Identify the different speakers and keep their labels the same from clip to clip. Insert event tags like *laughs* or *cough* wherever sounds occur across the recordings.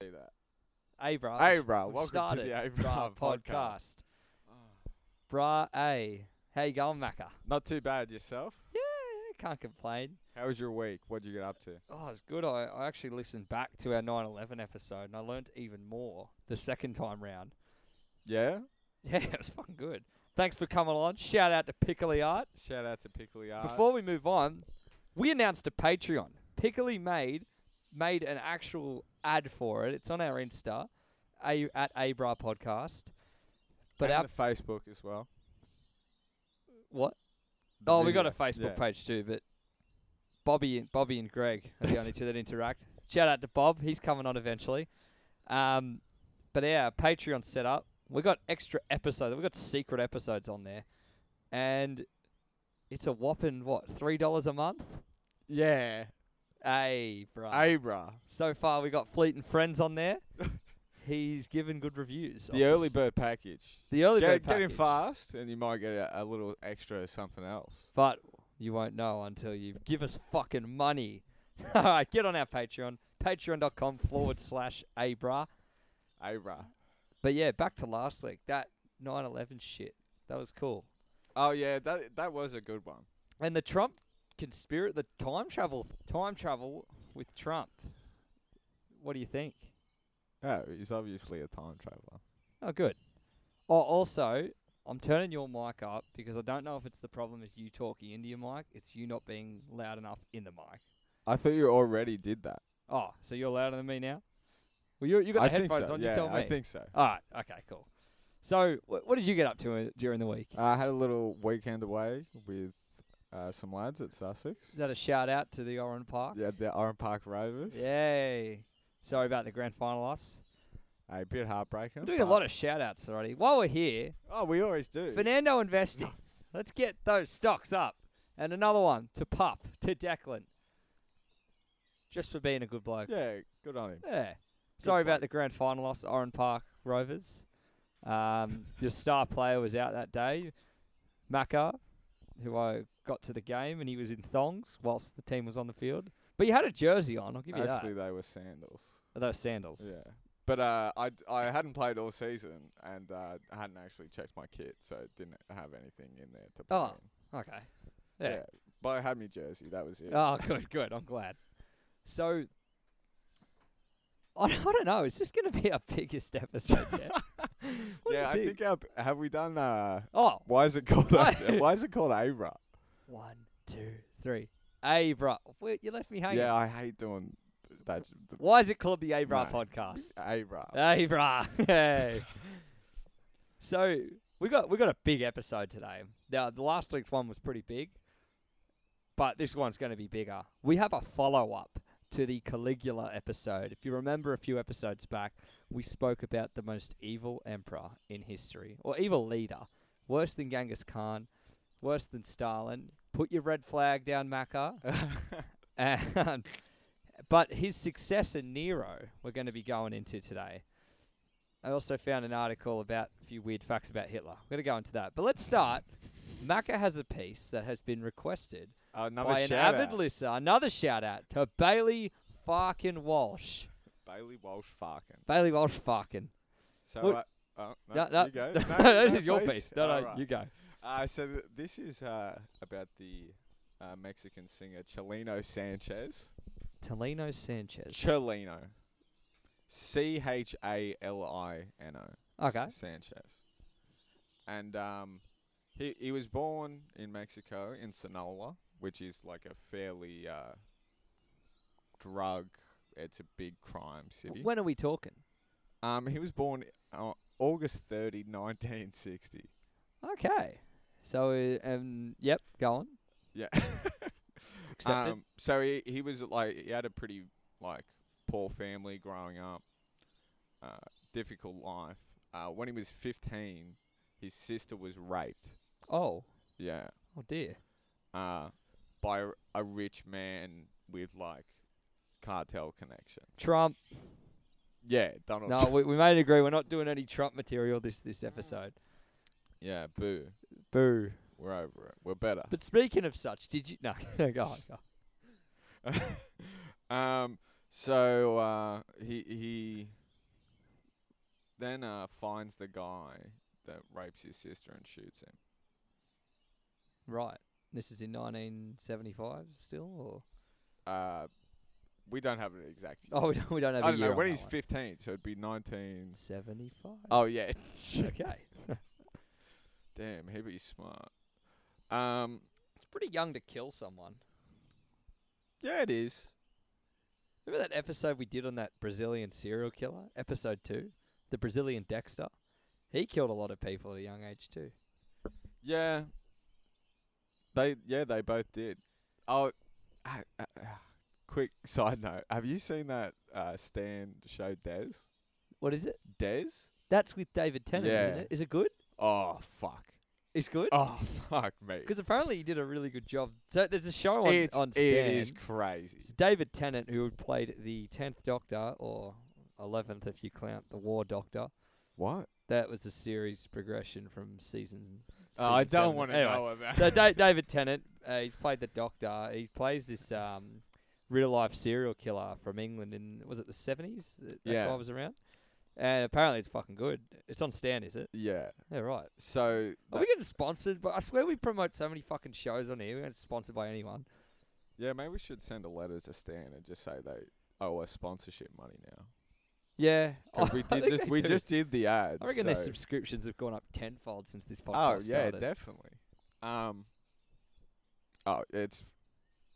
Speaker 1: that.
Speaker 2: Hey, bro.
Speaker 1: Hey,
Speaker 2: let's-
Speaker 1: brah,
Speaker 2: we've
Speaker 1: welcome to
Speaker 2: started.
Speaker 1: the Hey, brah *laughs* podcast. Oh.
Speaker 2: Bra A. How you going, Macca?
Speaker 1: Not too bad yourself.
Speaker 2: I can't complain.
Speaker 1: How was your week? What'd you get up to?
Speaker 2: Oh, it's good. I, I actually listened back to our 9/11 episode and I learnt even more the second time round. *laughs*
Speaker 1: Yeah.
Speaker 2: Yeah, it was fucking good. Thanks for coming on. Shout out to Piccoli Art.
Speaker 1: Shout out to Pickly Art.
Speaker 2: Before we move on, we announced a Patreon. Piccoli made made an actual ad for it. It's on our Insta, a, at Abra Podcast. But
Speaker 1: and
Speaker 2: our
Speaker 1: the Facebook as well.
Speaker 2: what?
Speaker 1: The
Speaker 2: oh, we got a
Speaker 1: video.
Speaker 2: Facebook
Speaker 1: Yeah.
Speaker 2: page too, but Bobby and Bobby and Greg are the only two that interact. Shout out to Bob, he's coming on eventually. Um, but yeah, our Patreon set up. We got extra episodes. We got secret episodes on there, and it's a whopping what three dollars a month?
Speaker 1: Yeah.
Speaker 2: Hey, bro.
Speaker 1: Abra.
Speaker 2: So far, we got Fleet and Friends on there. *laughs* he's given good reviews.
Speaker 1: The early
Speaker 2: obvious-
Speaker 1: bird package.
Speaker 2: The early
Speaker 1: Get,
Speaker 2: bird.
Speaker 1: get in
Speaker 2: package.
Speaker 1: fast, and you might get a, a little extra something else.
Speaker 2: But you won't know until you give us fucking money. *laughs* All right, get on our Patreon, patreon.com forward slash Abra.
Speaker 1: Abra.
Speaker 2: But yeah, back to last week, that 9 11 shit. That was cool.
Speaker 1: Oh yeah, that that was a good one.
Speaker 2: And the Trump conspiracy, the time travel, time travel with Trump. What do you think?
Speaker 1: Oh, he's obviously a time traveler.
Speaker 2: Oh, good. Oh, also, I'm turning your mic up because I don't know if it's the problem is you talking into your mic. It's you not being loud enough in the mic.
Speaker 1: I thought you already did that.
Speaker 2: Oh, so you're louder than me now? Well, you you got the
Speaker 1: I think
Speaker 2: headphones
Speaker 1: so.
Speaker 2: on.
Speaker 1: yeah,
Speaker 2: you tell me.
Speaker 1: I think so.
Speaker 2: All right. Okay. Cool. So, wh- what did you get up to uh, during the week?
Speaker 1: I had a little weekend away with uh, some lads at Sussex.
Speaker 2: Is that a shout out to the Oran Park?
Speaker 1: Yeah, the Oran Park Rovers.
Speaker 2: Yay! Sorry about the grand final loss.
Speaker 1: A bit heartbreaking.
Speaker 2: We're doing a lot of shout outs already. While we're here,
Speaker 1: Oh, we always do.
Speaker 2: Fernando investing. Let's get those stocks up. And another one to Pup to Declan. Just for being a good bloke.
Speaker 1: yeah, good on him.
Speaker 2: Yeah. Sorry
Speaker 1: bloke.
Speaker 2: about the grand final loss, Oran Park Rovers. Um, your star player was out that day, Maka, who I got to the game, and he was in thongs whilst the team was on the field. But you had a jersey on, I'll give you
Speaker 1: Actually,
Speaker 2: that.
Speaker 1: they were sandals.
Speaker 2: Or Those sandals.
Speaker 1: Yeah. But uh, I, d- I hadn't played all season and uh, I hadn't actually checked my kit, so it didn't have anything in there to play.
Speaker 2: Oh,
Speaker 1: in.
Speaker 2: Okay. Yeah.
Speaker 1: But I had me jersey. That was it.
Speaker 2: Oh, good, good. I'm glad. So, *laughs* I, I don't know. Is this going to be our biggest episode yet?
Speaker 1: *laughs*
Speaker 2: What do you
Speaker 1: yeah, I think our, have we done? Uh,
Speaker 2: Oh,
Speaker 1: why is it called?
Speaker 2: *laughs* Why-
Speaker 1: *laughs* why is it called Abra?
Speaker 2: one, two, three. Hey, bro. Wait, you left me hanging.
Speaker 1: Yeah, I hate doing
Speaker 2: *laughs*
Speaker 1: that. j- the-
Speaker 2: Why is it called the Abra
Speaker 1: No.
Speaker 2: podcast?
Speaker 1: Abra.
Speaker 2: Abra. Ah, *laughs* Hey. so we got we got a big episode today. Now the last week's one was pretty big, but this one's going to be bigger. We have a follow up to the Caligula episode. If you remember a few episodes back, we spoke about the most evil emperor in history, or evil leader, worse than Genghis Khan, worse than Stalin. Put your red flag down, Macca. And but his successor Nero, we're going to be going into today. I also found an article about a few weird facts about Hitler. We're going to go into that. But let's start. Macca has a piece that has been requested
Speaker 1: Uh, Another
Speaker 2: by an
Speaker 1: shout
Speaker 2: avid
Speaker 1: out.
Speaker 2: listener. Another shout out to Bailey Farkin Walsh.
Speaker 1: Bailey Walsh Farkin.
Speaker 2: Bailey Walsh Farkin.
Speaker 1: So,
Speaker 2: What-
Speaker 1: uh, oh, no,
Speaker 2: No, no,
Speaker 1: you
Speaker 2: *laughs*
Speaker 1: go.
Speaker 2: no,
Speaker 1: No,
Speaker 2: this
Speaker 1: no,
Speaker 2: is your
Speaker 1: please.
Speaker 2: piece. No, no,
Speaker 1: Alright.
Speaker 2: you go.
Speaker 1: Uh, so th- this is uh, about the uh, Mexican singer Chelino Sanchez.
Speaker 2: Talino Sanchez.
Speaker 1: Chelino. C H A L I N O.
Speaker 2: Okay.
Speaker 1: Sanchez. And um, he he was born in Mexico in Sonora, which is like a fairly uh, drug. It's a big crime city.
Speaker 2: When are we talking?
Speaker 1: Um, he was born uh, August 30, 1960.
Speaker 2: Okay. So, uh, um, yep, go on.
Speaker 1: Yeah. *laughs*
Speaker 2: Accepted.
Speaker 1: Um, so he, he was like he had a pretty like poor family growing up, uh, difficult life. Uh, when he was fifteen, his sister was raped.
Speaker 2: oh,
Speaker 1: Yeah.
Speaker 2: oh dear.
Speaker 1: Uh, by a- a rich man with like cartel connections.
Speaker 2: Trump.
Speaker 1: Yeah, Donald.
Speaker 2: No,
Speaker 1: Trump.
Speaker 2: we, we made agree we're not doing any Trump material this this episode.
Speaker 1: Yeah, boo.
Speaker 2: Boo.
Speaker 1: We're over it. We're better.
Speaker 2: *laughs* But speaking of such, did you no? go on, go on.
Speaker 1: um, So uh, he he then uh, finds the guy that rapes his sister and shoots him.
Speaker 2: Right. This is in 1975 still, or
Speaker 1: Uh, we don't have an exact.
Speaker 2: oh, *laughs* we don't, we don't have.
Speaker 1: I
Speaker 2: a
Speaker 1: don't
Speaker 2: year
Speaker 1: know
Speaker 2: on
Speaker 1: when
Speaker 2: that
Speaker 1: he's
Speaker 2: one.
Speaker 1: 15, so it'd be 19.
Speaker 2: 75.
Speaker 1: Oh yeah,
Speaker 2: okay.
Speaker 1: damn, he be smart. Um,
Speaker 2: It's pretty young to kill someone.
Speaker 1: yeah, it is.
Speaker 2: Remember that episode we did on that Brazilian serial killer, episode two, the Brazilian Dexter. He killed a lot of people at a young age too.
Speaker 1: Yeah. They yeah they both did. Oh, ah, ah, ah. quick *laughs* side note: Have you seen that uh, Stan show Des?
Speaker 2: What is it?
Speaker 1: Des?
Speaker 2: That's with David Tennant, isn't
Speaker 1: Yeah.
Speaker 2: it? Is it good?
Speaker 1: Oh fuck!
Speaker 2: It's good.
Speaker 1: Oh *laughs* fuck me!
Speaker 2: Because apparently he did a really good job. So there's a show on
Speaker 1: It's
Speaker 2: on Stan.
Speaker 1: it is crazy.
Speaker 2: It's David Tennant, who played the tenth Doctor or eleventh, if you count the War Doctor.
Speaker 1: What?
Speaker 2: That was the series progression from season.
Speaker 1: Oh, I
Speaker 2: season
Speaker 1: don't
Speaker 2: seven.
Speaker 1: want to
Speaker 2: Anyway,
Speaker 1: know about.
Speaker 2: so da- David Tennant, uh, he's played the Doctor. He plays this um, real life serial killer from England in was it the seventies? That that
Speaker 1: Yeah.
Speaker 2: guy was around. And apparently it's fucking good. It's on Stan, is it?
Speaker 1: *laughs* yeah.
Speaker 2: Yeah, right.
Speaker 1: So
Speaker 2: Are we getting sponsored? But I swear we promote so many fucking shows on here. We aren't sponsored by anyone.
Speaker 1: yeah, maybe we should send a letter to Stan and just say they owe us sponsorship money
Speaker 2: *laughs*
Speaker 1: now.
Speaker 2: Yeah,
Speaker 1: *laughs* 'Cause
Speaker 2: *laughs* I
Speaker 1: we did
Speaker 2: think
Speaker 1: just
Speaker 2: they
Speaker 1: we
Speaker 2: do.
Speaker 1: just did the ads.
Speaker 2: I reckon their
Speaker 1: so-
Speaker 2: subscriptions have gone up tenfold since this podcast
Speaker 1: Oh yeah,
Speaker 2: started.
Speaker 1: definitely. Um. Oh, it's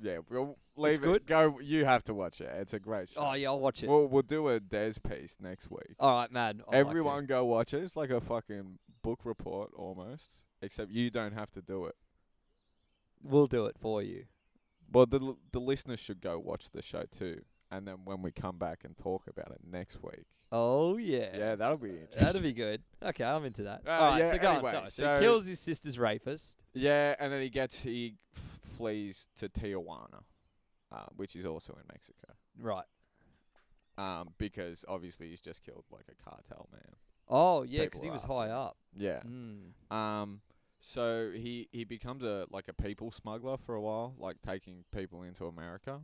Speaker 1: yeah. We'll leave it.
Speaker 2: good?
Speaker 1: Go. You have to watch it. It's a great show.
Speaker 2: Oh yeah, I'll watch it.
Speaker 1: We'll we'll do a Des piece next week.
Speaker 2: All right, man. I'd like to.
Speaker 1: Everyone go watch it. It's like a fucking book report almost, except you don't have to do it.
Speaker 2: we'll do it for you.
Speaker 1: Well, the l- the listeners should go watch the show too, and then when we come back and talk about it next week,
Speaker 2: Oh yeah.
Speaker 1: yeah, that'll be interesting.
Speaker 2: That'd be good. Okay, I'm into that.
Speaker 1: Uh,
Speaker 2: All right,
Speaker 1: yeah,
Speaker 2: so go
Speaker 1: anyway,
Speaker 2: on. Sorry. So he
Speaker 1: so-
Speaker 2: kills his sister's rapist.
Speaker 1: yeah, and then he gets he f- flees to Tijuana, uh, which is also in Mexico.
Speaker 2: Right.
Speaker 1: um, because obviously he's just killed like a cartel man.
Speaker 2: Oh yeah,
Speaker 1: People
Speaker 2: because he
Speaker 1: are
Speaker 2: was
Speaker 1: after
Speaker 2: high
Speaker 1: him.
Speaker 2: up.
Speaker 1: Yeah.
Speaker 2: Mm.
Speaker 1: Um, so he he becomes a like a people smuggler for a while, like taking people into America,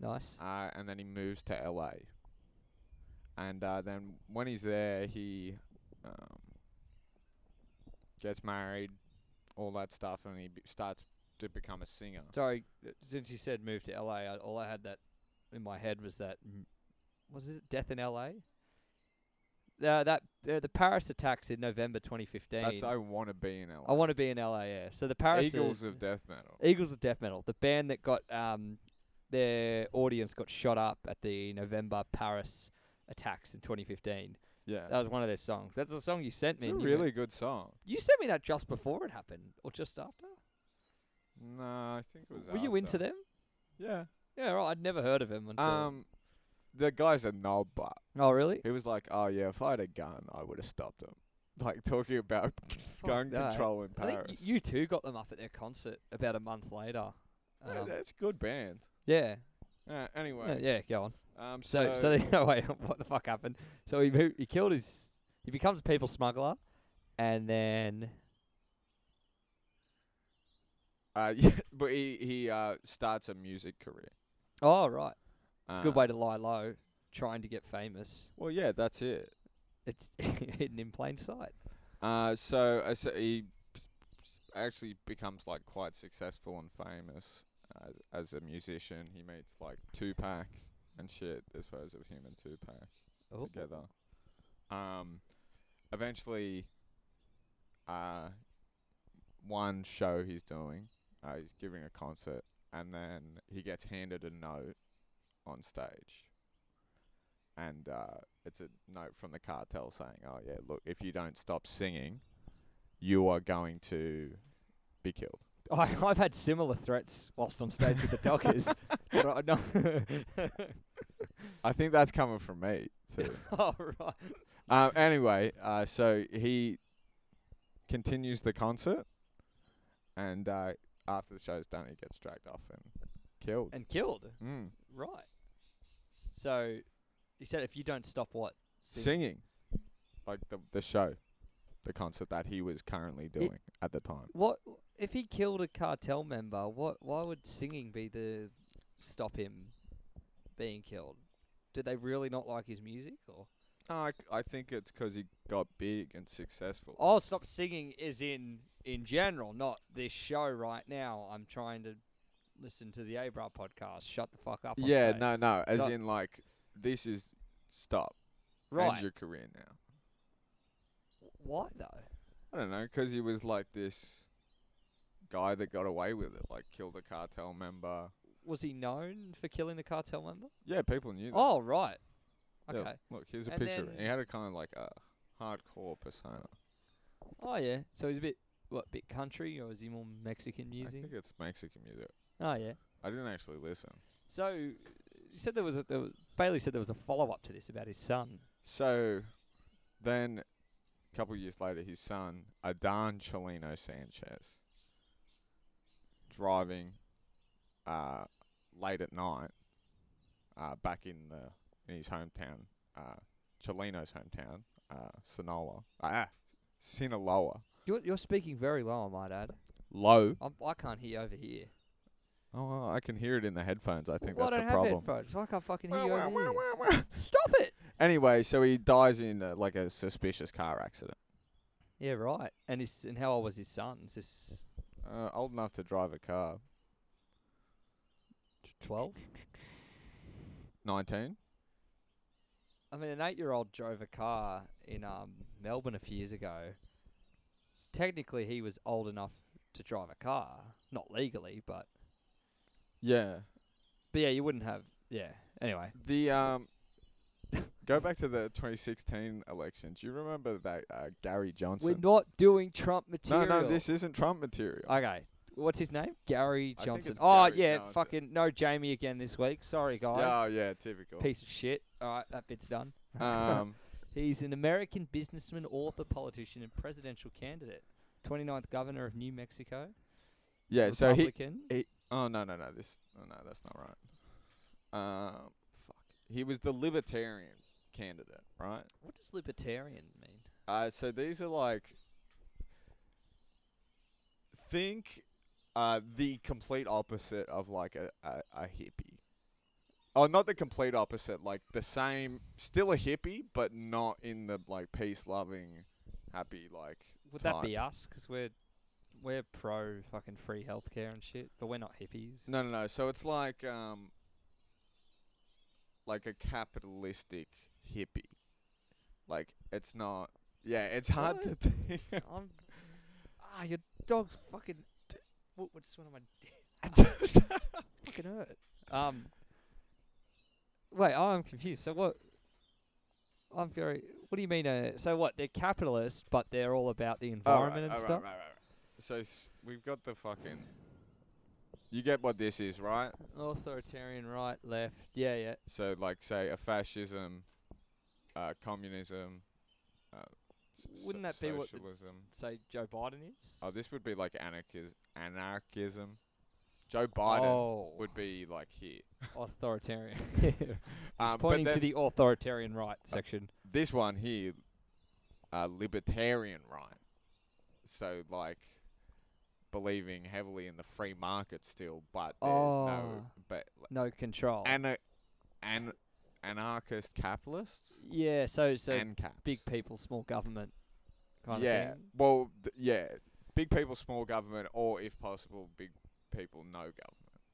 Speaker 2: Nice.
Speaker 1: uh, and then he moves to L.A. And uh, then when he's there, he um, gets married, all that stuff, and he b- starts to become a singer.
Speaker 2: Sorry, uh, since you said move to LA, I, all I had that in my head was that m- was it Death in LA? Uh, that uh, the Paris attacks in November 2015.
Speaker 1: That's I want to be in
Speaker 2: I
Speaker 1: L.A.
Speaker 2: want to be in LA. Yeah. So the Paris
Speaker 1: Eagles of death metal.
Speaker 2: Eagles of Death Metal, the band that got um, their audience got shot up at the November Paris attacks in 2015.
Speaker 1: Yeah,
Speaker 2: That was one of their songs. That's the song you sent
Speaker 1: it's
Speaker 2: me.
Speaker 1: a
Speaker 2: and you went-
Speaker 1: really good song.
Speaker 2: You sent me that just before it happened, or just after?
Speaker 1: No, I think it was.
Speaker 2: Were you into
Speaker 1: after.
Speaker 2: them?
Speaker 1: Yeah.
Speaker 2: Yeah, right. I'd never heard of them until.
Speaker 1: Um, the guy's a knob, but
Speaker 2: oh, really?
Speaker 1: he was like, "Oh yeah, if I had a gun, I would have stopped him." *laughs* Like talking about gun
Speaker 2: no.
Speaker 1: control in
Speaker 2: I
Speaker 1: Paris.
Speaker 2: think y- you two got them up at their concert about a month later. Um,
Speaker 1: Yeah, that's a good band.
Speaker 2: yeah,
Speaker 1: Uh,
Speaker 2: yeah,
Speaker 1: anyway,
Speaker 2: yeah, go on.
Speaker 1: um, so,
Speaker 2: So, *laughs* so, they oh, wait, what the fuck happened? So he moved, he killed his, he becomes a people smuggler, and then
Speaker 1: *laughs* uh, yeah, but he he uh starts a music career.
Speaker 2: oh right, it's a
Speaker 1: Uh,
Speaker 2: good way to lie low, trying to get famous.
Speaker 1: Well, yeah, that's it.
Speaker 2: It's *laughs* hidden in plain sight.
Speaker 1: Uh, so, uh, so he p- p- actually becomes like quite successful and famous uh, as a musician. He meets like Tupac and shit. There's photos of him and Tupac.
Speaker 2: Oh,
Speaker 1: together. Um, eventually, uh, one show he's doing, uh, he's giving a concert, and then he gets handed a note on stage. And uh, it's a note from the cartel saying, "Oh yeah, look, if you don't stop singing, you are going to be killed."
Speaker 2: I, I've had similar threats whilst on stage with the *laughs* Dockers. but I, no. *laughs*
Speaker 1: I think that's coming from me too.
Speaker 2: oh, right.
Speaker 1: Um, anyway, uh, so he continues the concert, and uh, after the show's done, he gets dragged off and killed.
Speaker 2: And killed.
Speaker 1: Mm.
Speaker 2: Right. So he said, if you don't stop what? Sing-
Speaker 1: Singing, like the the show, the concert that he was currently doing at the time.
Speaker 2: What if he killed a cartel member? What? Why would singing be the stop him being killed? Did they really not like his music? Or
Speaker 1: No, I, I think it's 'cause he got big and successful.
Speaker 2: I'll Oh, stop singing is in in general, not this show right now. I'm trying to listen to the Abra podcast. Shut the fuck up. on
Speaker 1: yeah,
Speaker 2: stage.
Speaker 1: no, no. As
Speaker 2: So-
Speaker 1: in, like, this is stop.
Speaker 2: right.
Speaker 1: End your career now.
Speaker 2: Why though?
Speaker 1: I don't know, 'cause he was like this guy that got away with it, like killed a cartel member.
Speaker 2: Was he known for killing the cartel member?
Speaker 1: Yeah, people knew that.
Speaker 2: Oh right.
Speaker 1: Yeah,
Speaker 2: Okay.
Speaker 1: look, here's a
Speaker 2: And
Speaker 1: picture. of
Speaker 2: then-
Speaker 1: it. He had a kind of like a hardcore persona.
Speaker 2: Oh yeah. So he's a bit what? Bit country or is he more Mexican
Speaker 1: I
Speaker 2: music?
Speaker 1: think it's Mexican music.
Speaker 2: Oh yeah.
Speaker 1: I didn't actually listen.
Speaker 2: So you said there was a there was, Bailey said there was a follow up to this about his son.
Speaker 1: So then a couple of years later, his son, Adan Chelino Sanchez, driving uh, late at night uh, back in the in his hometown, uh, Chelino's hometown, uh, Sinaloa. Ah, Sinaloa.
Speaker 2: You're you're speaking very low, I might add.
Speaker 1: Low.
Speaker 2: I'm, I can't hear over here.
Speaker 1: Oh, well, I can hear it in the headphones. I think
Speaker 2: Well,
Speaker 1: that's the
Speaker 2: I don't have
Speaker 1: problem.
Speaker 2: headphones, so I can't fucking hear you over here. Stop it!
Speaker 1: *laughs* Anyway, so he dies in uh, like a suspicious car accident.
Speaker 2: Yeah, right. And his and how old was his son? Is this
Speaker 1: Uh, old enough to drive a car.
Speaker 2: twelve?
Speaker 1: 19.
Speaker 2: I mean, an eight-year-old drove a car in um, Melbourne a few years ago. S- Technically, he was old enough to drive a car, not legally, but
Speaker 1: Yeah.
Speaker 2: but yeah, you wouldn't have. Yeah. Anyway,
Speaker 1: The um *laughs* go back to the 2016 election. Do you remember that uh, Gary
Speaker 2: we're
Speaker 1: Johnson?
Speaker 2: not doing Trump
Speaker 1: No,
Speaker 2: material.
Speaker 1: no, this isn't Trump material.
Speaker 2: Okay. What's his name? Gary
Speaker 1: I think
Speaker 2: Johnson.
Speaker 1: it's
Speaker 2: Oh
Speaker 1: Gary
Speaker 2: yeah,
Speaker 1: Johnson.
Speaker 2: fucking no Jamie again this week. Sorry
Speaker 1: Yeah, oh
Speaker 2: guys.
Speaker 1: yeah, typical.
Speaker 2: Piece of shit. All right, that bit's done.
Speaker 1: Um
Speaker 2: He's an American businessman, author, politician, and presidential candidate. 29th governor of New Mexico. *laughs*
Speaker 1: yeah, so he
Speaker 2: Republican.
Speaker 1: Oh no, no, no. This oh, no, that's not right. Um fuck. He was the libertarian candidate, right?
Speaker 2: What does libertarian mean?
Speaker 1: Uh, so these are like think uh, the complete opposite of like a, a, a hippie. Oh, not the complete opposite, like the same, still a hippie, but not in the like peace loving, happy like.
Speaker 2: Would that be us? Because we're we're pro fucking free healthcare and shit, but we're not hippies.
Speaker 1: No, no, no. So it's like um, like a capitalistic hippie. Like it's not. Yeah, it's hard
Speaker 2: What?
Speaker 1: to *laughs* think.
Speaker 2: I'm, ah, your dog's fucking. D- what, what just went on my *laughs* dick? fucking hurt. Um. Wait, oh, I'm confused. So what? I'm very. What do you mean? Uh, so what? They're capitalists, but they're all about the
Speaker 1: All Oh, right,
Speaker 2: environment and
Speaker 1: all right,
Speaker 2: stuff.
Speaker 1: right, right, right. So s- we've got the fucking. You get what this is, right?
Speaker 2: Authoritarian, right, left. Yeah, yeah.
Speaker 1: So, like, say a fascism, uh, communism. Uh, s-
Speaker 2: Wouldn't
Speaker 1: so-
Speaker 2: that be what the-
Speaker 1: socialism?
Speaker 2: Say Joe Biden is.
Speaker 1: Oh, this would be like anarchism. Anarchism. Joe Biden
Speaker 2: Oh,
Speaker 1: would be like here.
Speaker 2: authoritarian.
Speaker 1: *laughs*
Speaker 2: *laughs*
Speaker 1: Um, but
Speaker 2: Pointing
Speaker 1: then
Speaker 2: to the authoritarian right section.
Speaker 1: this one here, uh, libertarian right. So like believing heavily in the free market still, but there's no
Speaker 2: Oh.
Speaker 1: but
Speaker 2: No control.
Speaker 1: Ana- an- anarchist capitalists
Speaker 2: yeah, so so
Speaker 1: and caps.
Speaker 2: big people, small government kind
Speaker 1: yeah.
Speaker 2: of thing.
Speaker 1: Well, th- yeah. Big people, small government, or if possible, big people, no government.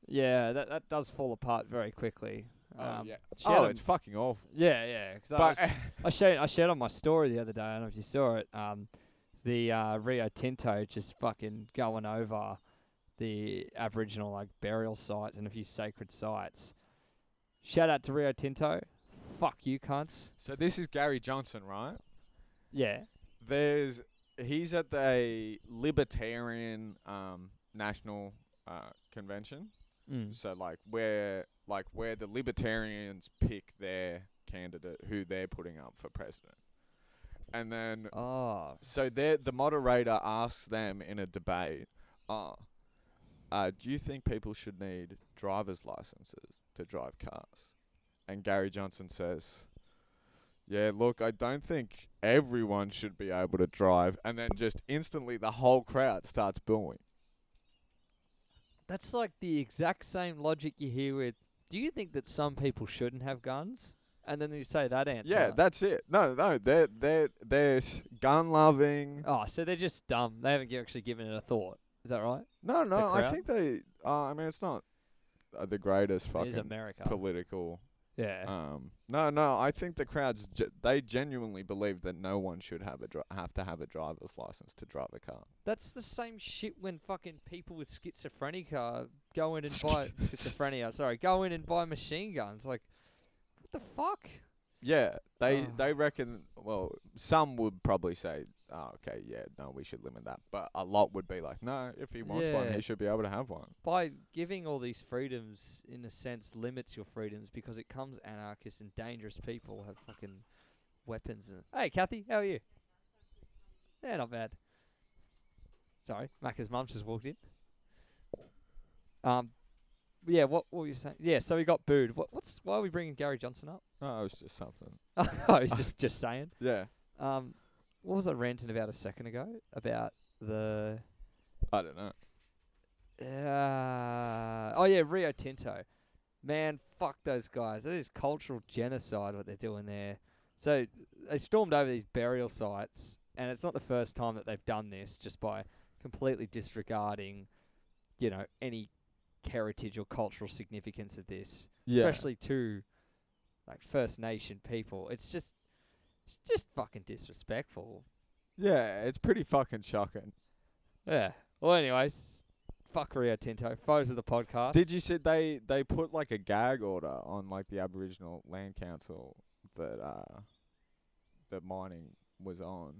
Speaker 2: Yeah, that that does fall apart very quickly.
Speaker 1: Oh,
Speaker 2: Um,
Speaker 1: yeah.
Speaker 2: shout
Speaker 1: Oh,
Speaker 2: out-
Speaker 1: it's fucking awful.
Speaker 2: yeah, yeah. 'cause
Speaker 1: But *laughs*
Speaker 2: I, was, I shared I shared on my story the other day. I don't know if you saw it. Um, the uh, Rio Tinto just fucking going over the Aboriginal like burial sites and a few sacred sites. Shout out to Rio Tinto. Fuck you, cunts.
Speaker 1: so this is Gary Johnson, right?
Speaker 2: Yeah.
Speaker 1: There's he's at the libertarian um, national uh, convention.
Speaker 2: Mm.
Speaker 1: So like where like where the libertarians pick their candidate who they're putting up for president. And then
Speaker 2: Oh,
Speaker 1: So there, the moderator asks them in a debate, "Ah, uh, do you think people should need driver's licenses to drive cars?" And Gary Johnson says, "Yeah, look, I don't think everyone should be able to drive." And then just instantly, the whole crowd starts booing.
Speaker 2: that's like the exact same logic you hear with. Do you think that some people shouldn't have guns? and then you say that answer.
Speaker 1: Yeah, that's it. No, no, they're they're they're gun loving.
Speaker 2: oh, so they're just dumb. They haven't gi- actually given it a thought. Is that right?
Speaker 1: No, no, I
Speaker 2: crowd?
Speaker 1: think they. Uh, I mean, it's not uh, the greatest
Speaker 2: it is
Speaker 1: fucking
Speaker 2: America.
Speaker 1: political.
Speaker 2: yeah.
Speaker 1: Um, no, no, I think the crowds ge- they genuinely believe that no one should have a dri- have to have a driver's license to drive a car.
Speaker 2: That's the same shit when fucking people with schizophrenia are
Speaker 1: *laughs*
Speaker 2: go in and buy schizophrenia. Sorry, go in and buy machine guns. Like, what the fuck?
Speaker 1: Yeah, they
Speaker 2: Ah.
Speaker 1: they reckon. Well, some would probably say, "Oh, okay, yeah, no, we should limit that." But a lot would be like, "No, if he wants one,
Speaker 2: Yeah.
Speaker 1: he should be able to have one."
Speaker 2: By giving all these freedoms, in a sense, limits your freedoms because it comes anarchists and dangerous people have fucking weapons. And hey, Kathy, how are you? Yeah, not bad. Sorry, Macca's mum's just walked in. Um, yeah, what, what were you saying? Yeah, so we got booed. What, what's why are we bringing Gary Johnson up? *laughs*
Speaker 1: No, it was just something.
Speaker 2: Oh, I was just just saying.
Speaker 1: Yeah,
Speaker 2: Um, what was I ranting about a second ago? About the
Speaker 1: I don't know.
Speaker 2: uh, oh yeah, Rio Tinto. Man, fuck those guys. That is cultural genocide what they're doing there. So they stormed over these burial sites, and it's not the first time that they've done this. Just by completely disregarding, you know, any heritage or cultural significance of this
Speaker 1: Yeah,
Speaker 2: especially to like First Nation people. It's just it's just fucking disrespectful.
Speaker 1: yeah, it's pretty fucking shocking.
Speaker 2: Yeah. Well, anyways, fuck Rio Tinto. Photos of the podcast.
Speaker 1: Did you see they they put like a gag order on like the Aboriginal Land Council that uh that mining was on,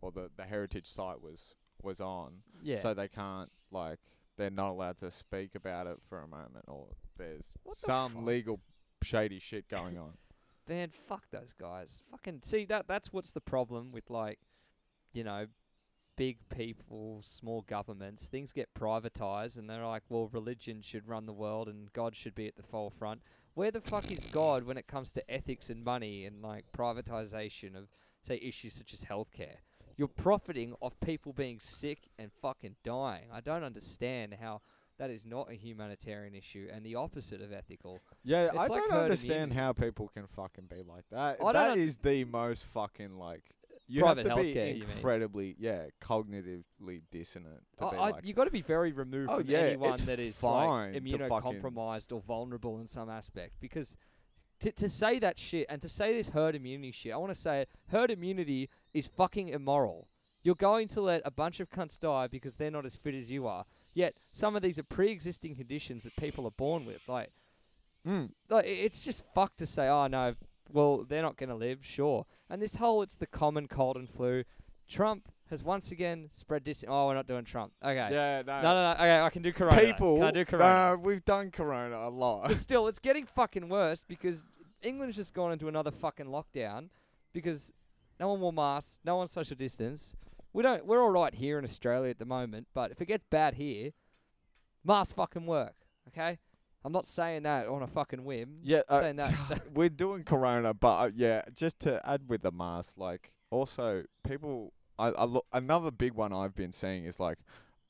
Speaker 1: or the the heritage site was was on,
Speaker 2: Yeah.
Speaker 1: so they can't like they're not allowed to speak about it for a moment, or there's
Speaker 2: What the
Speaker 1: some
Speaker 2: fuck?
Speaker 1: legal shady shit going
Speaker 2: *laughs*
Speaker 1: on.
Speaker 2: man, fuck those guys. Fucking see that that's what's the problem with like, you know, big people, small governments. Things get privatized, and they're like, well, religion should run the world, and God should be at the forefront. Where the fuck is God when it comes to ethics and money and like privatization of say issues such as healthcare? You're profiting off people being sick and fucking dying. I don't understand how that is not a humanitarian issue and the opposite of ethical.
Speaker 1: Yeah,
Speaker 2: It's
Speaker 1: I
Speaker 2: like
Speaker 1: don't
Speaker 2: herding
Speaker 1: understand
Speaker 2: in.
Speaker 1: how people can fucking be like that.
Speaker 2: I don't
Speaker 1: That
Speaker 2: un-
Speaker 1: is the most fucking like. You have
Speaker 2: Private
Speaker 1: to be
Speaker 2: healthcare, you mean.
Speaker 1: incredibly, yeah, cognitively dissonant to
Speaker 2: I,
Speaker 1: be
Speaker 2: I,
Speaker 1: like,
Speaker 2: you got to be very removed
Speaker 1: Oh,
Speaker 2: from
Speaker 1: yeah,
Speaker 2: anyone
Speaker 1: it's
Speaker 2: that is
Speaker 1: fine
Speaker 2: like
Speaker 1: to fucking-
Speaker 2: immunocompromised or vulnerable in some aspect because to to say that shit and to say this herd immunity shit, I want to say it, herd immunity is fucking immoral. You're going to let a bunch of cunts die because they're not as fit as you are. Yet some of these are pre-existing conditions that people are born with. Like
Speaker 1: "Mm,
Speaker 2: like i- it's just fucked to say, oh no, well they're not going to live, sure. And this whole it's the common cold and flu. Trump has once again spread dis. Oh, we're not doing Trump. Okay.
Speaker 1: Yeah,
Speaker 2: No,
Speaker 1: no.
Speaker 2: no, no. Okay, I can do Corona.
Speaker 1: Uh, People, um,
Speaker 2: can I do
Speaker 1: *laughs*
Speaker 2: Corona?
Speaker 1: No, we've done Corona a lot.
Speaker 2: But still, it's getting fucking worse because England's just gone into another fucking lockdown because no one wore masks, no one social distance. We don't. We're all right here in Australia at the moment, but if it gets bad here, masks fucking work. Okay. I'm not saying that on a fucking whim.
Speaker 1: *laughs* yeah, uh,
Speaker 2: Saying that.
Speaker 1: *laughs* we're doing Corona, but uh, yeah, just to add with the mask, like also people, I, I lo- another big one I've been seeing is like,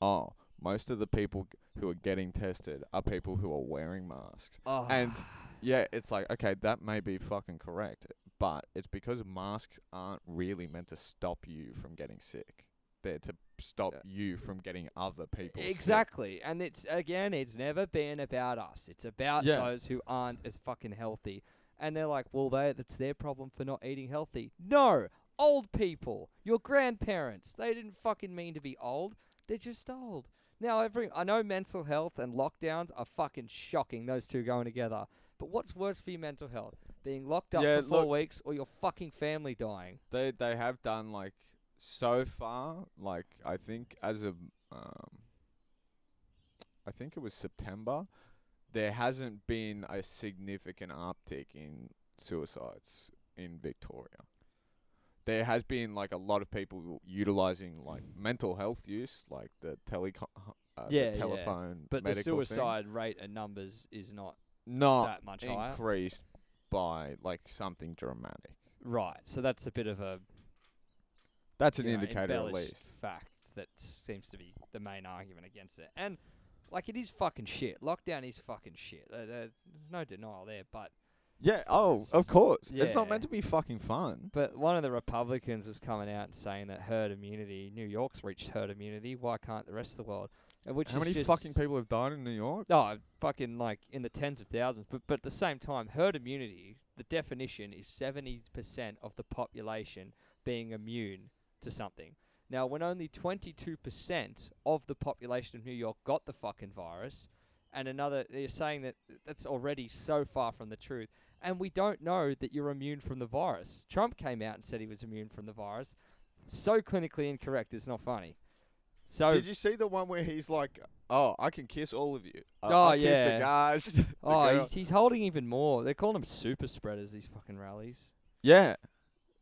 Speaker 1: oh, most of the people who are getting tested are people who are wearing masks.
Speaker 2: Oh.
Speaker 1: And yeah, it's like okay, that may be fucking correct, but it's because masks aren't really meant to stop you from getting sick. They're to stop
Speaker 2: Yeah.
Speaker 1: you from getting other people sick.
Speaker 2: Exactly. And it's again, it's never been about us. It's about
Speaker 1: Yeah.
Speaker 2: those who aren't as fucking healthy. And they're like, well, they that's their problem for not eating healthy. No, old people, your grandparents, they didn't fucking mean to be old. They're just old. Now, every I know mental health and lockdowns are fucking shocking. Those two going together. But what's worse for your mental health? Being locked up
Speaker 1: Yeah,
Speaker 2: for four
Speaker 1: look-
Speaker 2: weeks or your fucking family dying?
Speaker 1: They they have done like so far, like I think as of um, I think it was September, there hasn't been a significant uptick in suicides in Victoria. There has been like a lot of people utilizing like mental health use, like the telecom, uh, the
Speaker 2: Yeah, yeah.
Speaker 1: telephone,
Speaker 2: But the
Speaker 1: medical thing, Oh,
Speaker 2: suicide rate and numbers is not
Speaker 1: not
Speaker 2: that much higher.
Speaker 1: increased by like something dramatic.
Speaker 2: Right. So that's a bit of a
Speaker 1: That's an
Speaker 2: you know,
Speaker 1: indicator at
Speaker 2: embellished
Speaker 1: least.
Speaker 2: fact that seems to be the main argument against it. And like it is fucking shit. Lockdown is fucking shit. Uh, there- There's no denial there, but
Speaker 1: Yeah. Oh, of course. It's not
Speaker 2: Yeah.
Speaker 1: meant to be fucking fun.
Speaker 2: But one of the Republicans was coming out and saying that herd immunity, New York's reached herd immunity. Why can't the rest of the world? Uh, Which
Speaker 1: How
Speaker 2: is
Speaker 1: many
Speaker 2: just,
Speaker 1: fucking people have died in New York?
Speaker 2: No, oh, fucking like in the tens of thousands. But but at the same time, herd immunity, the definition is seventy percent of the population being immune to something. Now, when only twenty two percent of the population of New York got the fucking virus, and another, they're saying that that's already so far from the truth. And we don't know that you're immune from the virus. Trump came out and said he was immune from the virus. So clinically incorrect, it's not funny. So
Speaker 1: Did you see the one where he's like, "Oh, I can kiss all of you. I-
Speaker 2: Oh,
Speaker 1: I'll kiss
Speaker 2: yeah.
Speaker 1: the guys."
Speaker 2: *laughs*
Speaker 1: the
Speaker 2: Oh,
Speaker 1: girl."
Speaker 2: he's, he's holding even more. They're calling them super spreaders. These fucking rallies.
Speaker 1: yeah.